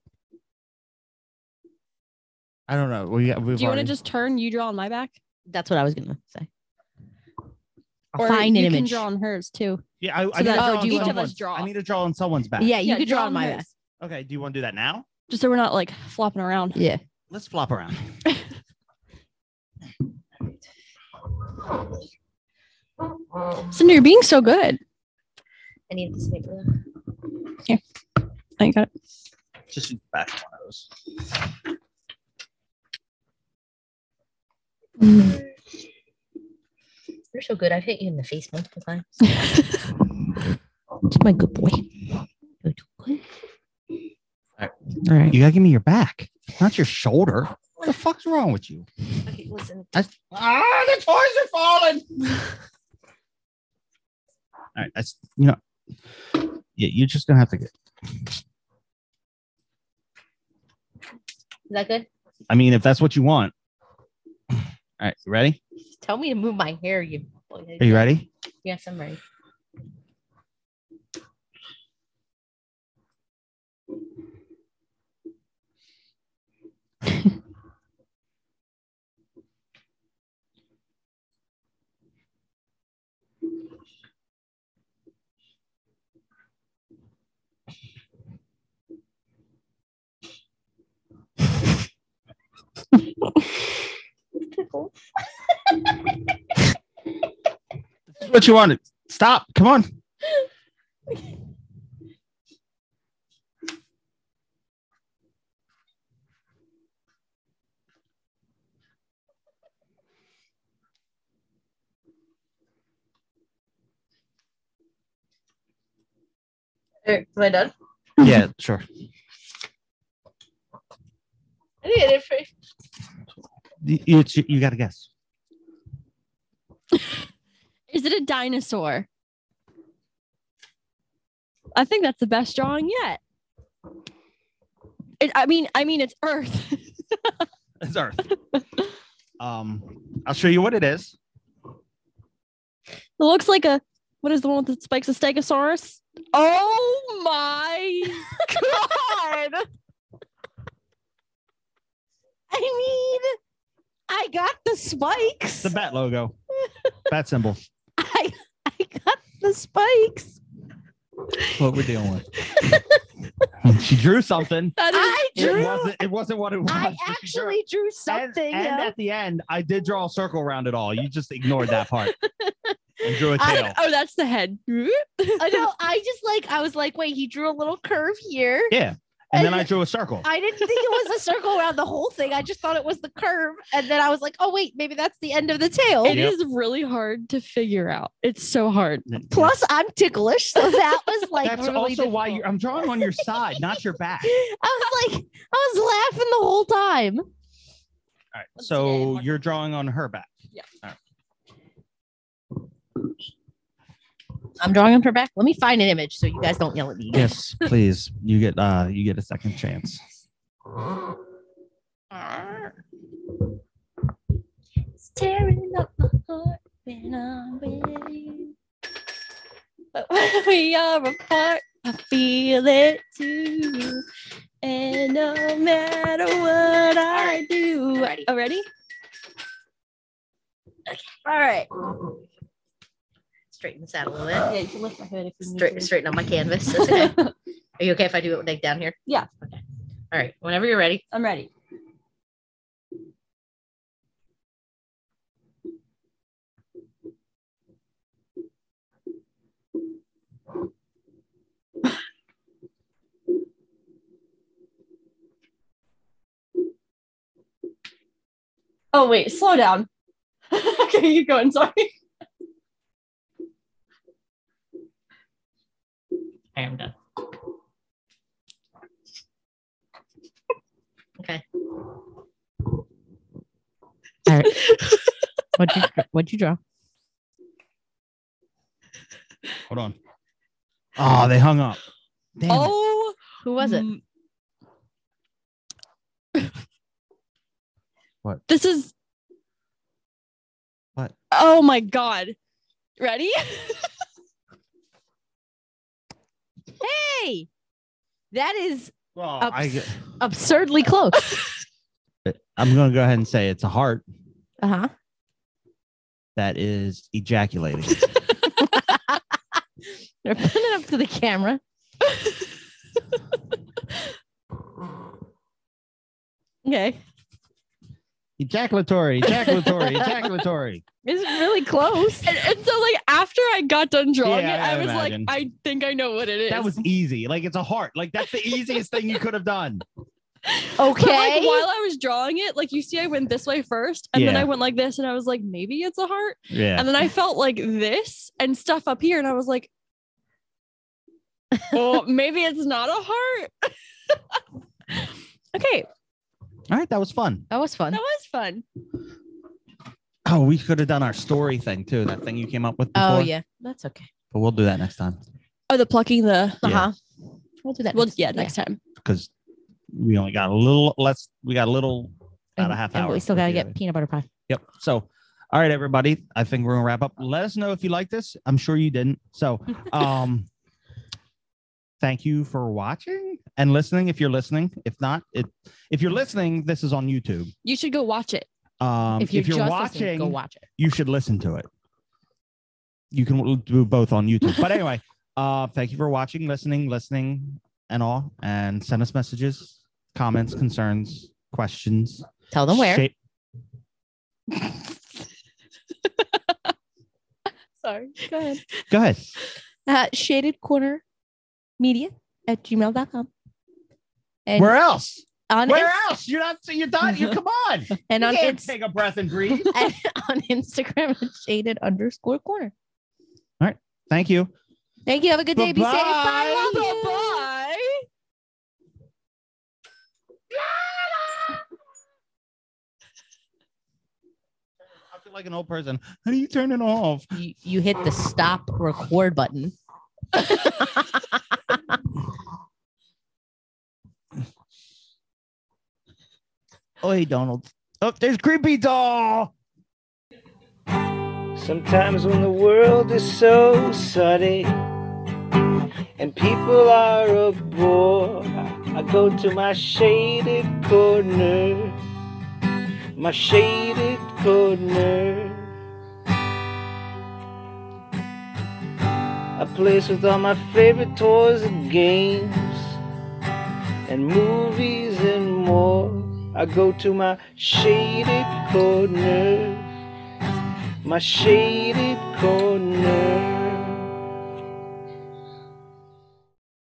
I don't know. We, we've Do you want to already- just turn you draw on my back? That's what I was going to say. I'll find an you image. can draw on hers too. Yeah, I, I So need to that- draw oh, on do you each of someone's- us draw? I need to draw on someone's back. yeah, you Yeah, could draw draw on on my hers. back. Okay. Do you want to do that now? Just so we're not like flopping around. Yeah. Let's flop around. Cinder, you're being so good. I need this paper. I got it. Just use the back one of those. You're so good. I've hit you in the face multiple times. It's my good boy. Good boy. All right. You gotta give me your back, not your shoulder. What the fuck's wrong with you? Okay, listen. I, ah, the toys are falling. All right, that's you know, yeah, you're just gonna have to get. Is that good? I mean, if that's what you want. All right, you ready? Just tell me to move my hair. You. Are you ready? Yes, I'm ready. myself. What you wanted? Stop. Come on. Am I done? Yeah, sure. I didn't get it for You, you, you got to guess. Is it a dinosaur? I think that's the best drawing yet. It, I mean, I mean, it's Earth. It's Earth. um, I'll show you what it is. It looks like a what is the one with the spikes? A stegosaurus? Oh my god! I mean, I got the It's spikes. a bat logo, bat symbol. I, I got the spikes. That's what we're dealing with. she drew something. That is, I It drew. wasn't, it wasn't what it was. I but she drew it. actually drew And, something. and yeah. at the end, I did draw a circle around it all. You just ignored that part and drew a I- tail. oh, that's the head. I know. I just like. I was like, wait, he drew a little curve here. yeah. And then and- I drew a circle. I didn't think it was a circle around the whole thing. I just thought it was the curve, and then I was like, oh wait, maybe that's the end of the tail. It is Yep. really hard to figure out. It's so hard. Plus, I'm ticklish, so that was like. That's really also why you difficult. I'm drawing on your side, not your back. I was like, I was laughing the whole time. All right. Once So again. you're drawing on her back. I'm drawing him for back. Let me find an image so you guys don't yell at me. Yes, please. You get uh you get a second chance. It's tearing up my heart when I'm with you. But when we are apart, I feel it too. And no matter what I do, Ready. Already? All right. Straighten this out a little bit. Yeah, you can lift my head if you Straight, straighten up my canvas. That's okay. Are you okay if I do it like down here? Yeah. Okay. All right. Whenever you're ready. I'm ready. Oh wait, slow down. okay, you going, sorry. I am done. Okay. All right. What'd you, what'd you draw? Hold on. Oh, they hung up. Damn it. Oh Who was it? What? This is What? Oh my god. Ready? Hey, that is Well, Ups- Oh, I, get- absurdly close. I'm going to go ahead and say it's a heart Uh huh. that is ejaculating. They're putting it up to the camera. Okay. ejaculatory, ejaculatory, ejaculatory. It's really close. And, and so like after I got done drawing Yeah, it, I, I was imagine. like, I think I know what it is. That was easy. Like it's a heart. Like that's the easiest thing you could have done. But, like Okay. while I was drawing it, like you see, I went this way first, and then Yeah. I went like this, and I was like, maybe it's a heart. Yeah. Um, And then I felt like this and stuff up here, and I was like, well, maybe it's not a heart. okay, All right, that was fun. That was fun. that was fun. Oh, we could have done our story thing too. That thing you came up with. Before. Oh yeah, that's okay. But we'll do that next time Oh, the plucking the. Yeah. Uh huh. We'll do that. Well, yeah, next time. because we only got a little less. We got a little about a And- half and hour. We still with gotta you. get peanut butter pie. Yep. So, all right, everybody. I think we're gonna wrap up. Let us know if you like this. I'm sure you didn't. So, um, thank you for watching and listening. If you're listening, if not, it, if you're listening, this is on YouTube. You should go watch it. Um, if you're, just listening, watching, go watch it. you should listen to it. You can do both on YouTube. But anyway, uh, thank you for watching, listening, listening, and all. And send us messages, comments, concerns, questions. Tell them where. Sha- Sorry. Go ahead. Go ahead. Uh, shaded corner media at gmail.com. And Where else? on Where Inst- else? You're not. You're not. You come on. and you on can't Inst- take a breath and breathe. and on Instagram it's shaded underscore corner. Thank you. Thank you. Have a good day. Be safe. Bye. Bye-bye. Love you. I feel like an old person. How do you turn it off? You, you hit the stop record button. Oi, Donald. Oh, there's creepy doll. Sometimes when the world is so sunny and people are a bore, I go to my shaded corner, my shaded corner. A place with all my favorite toys and games and movies and more. I go to my shaded corner my shaded corner.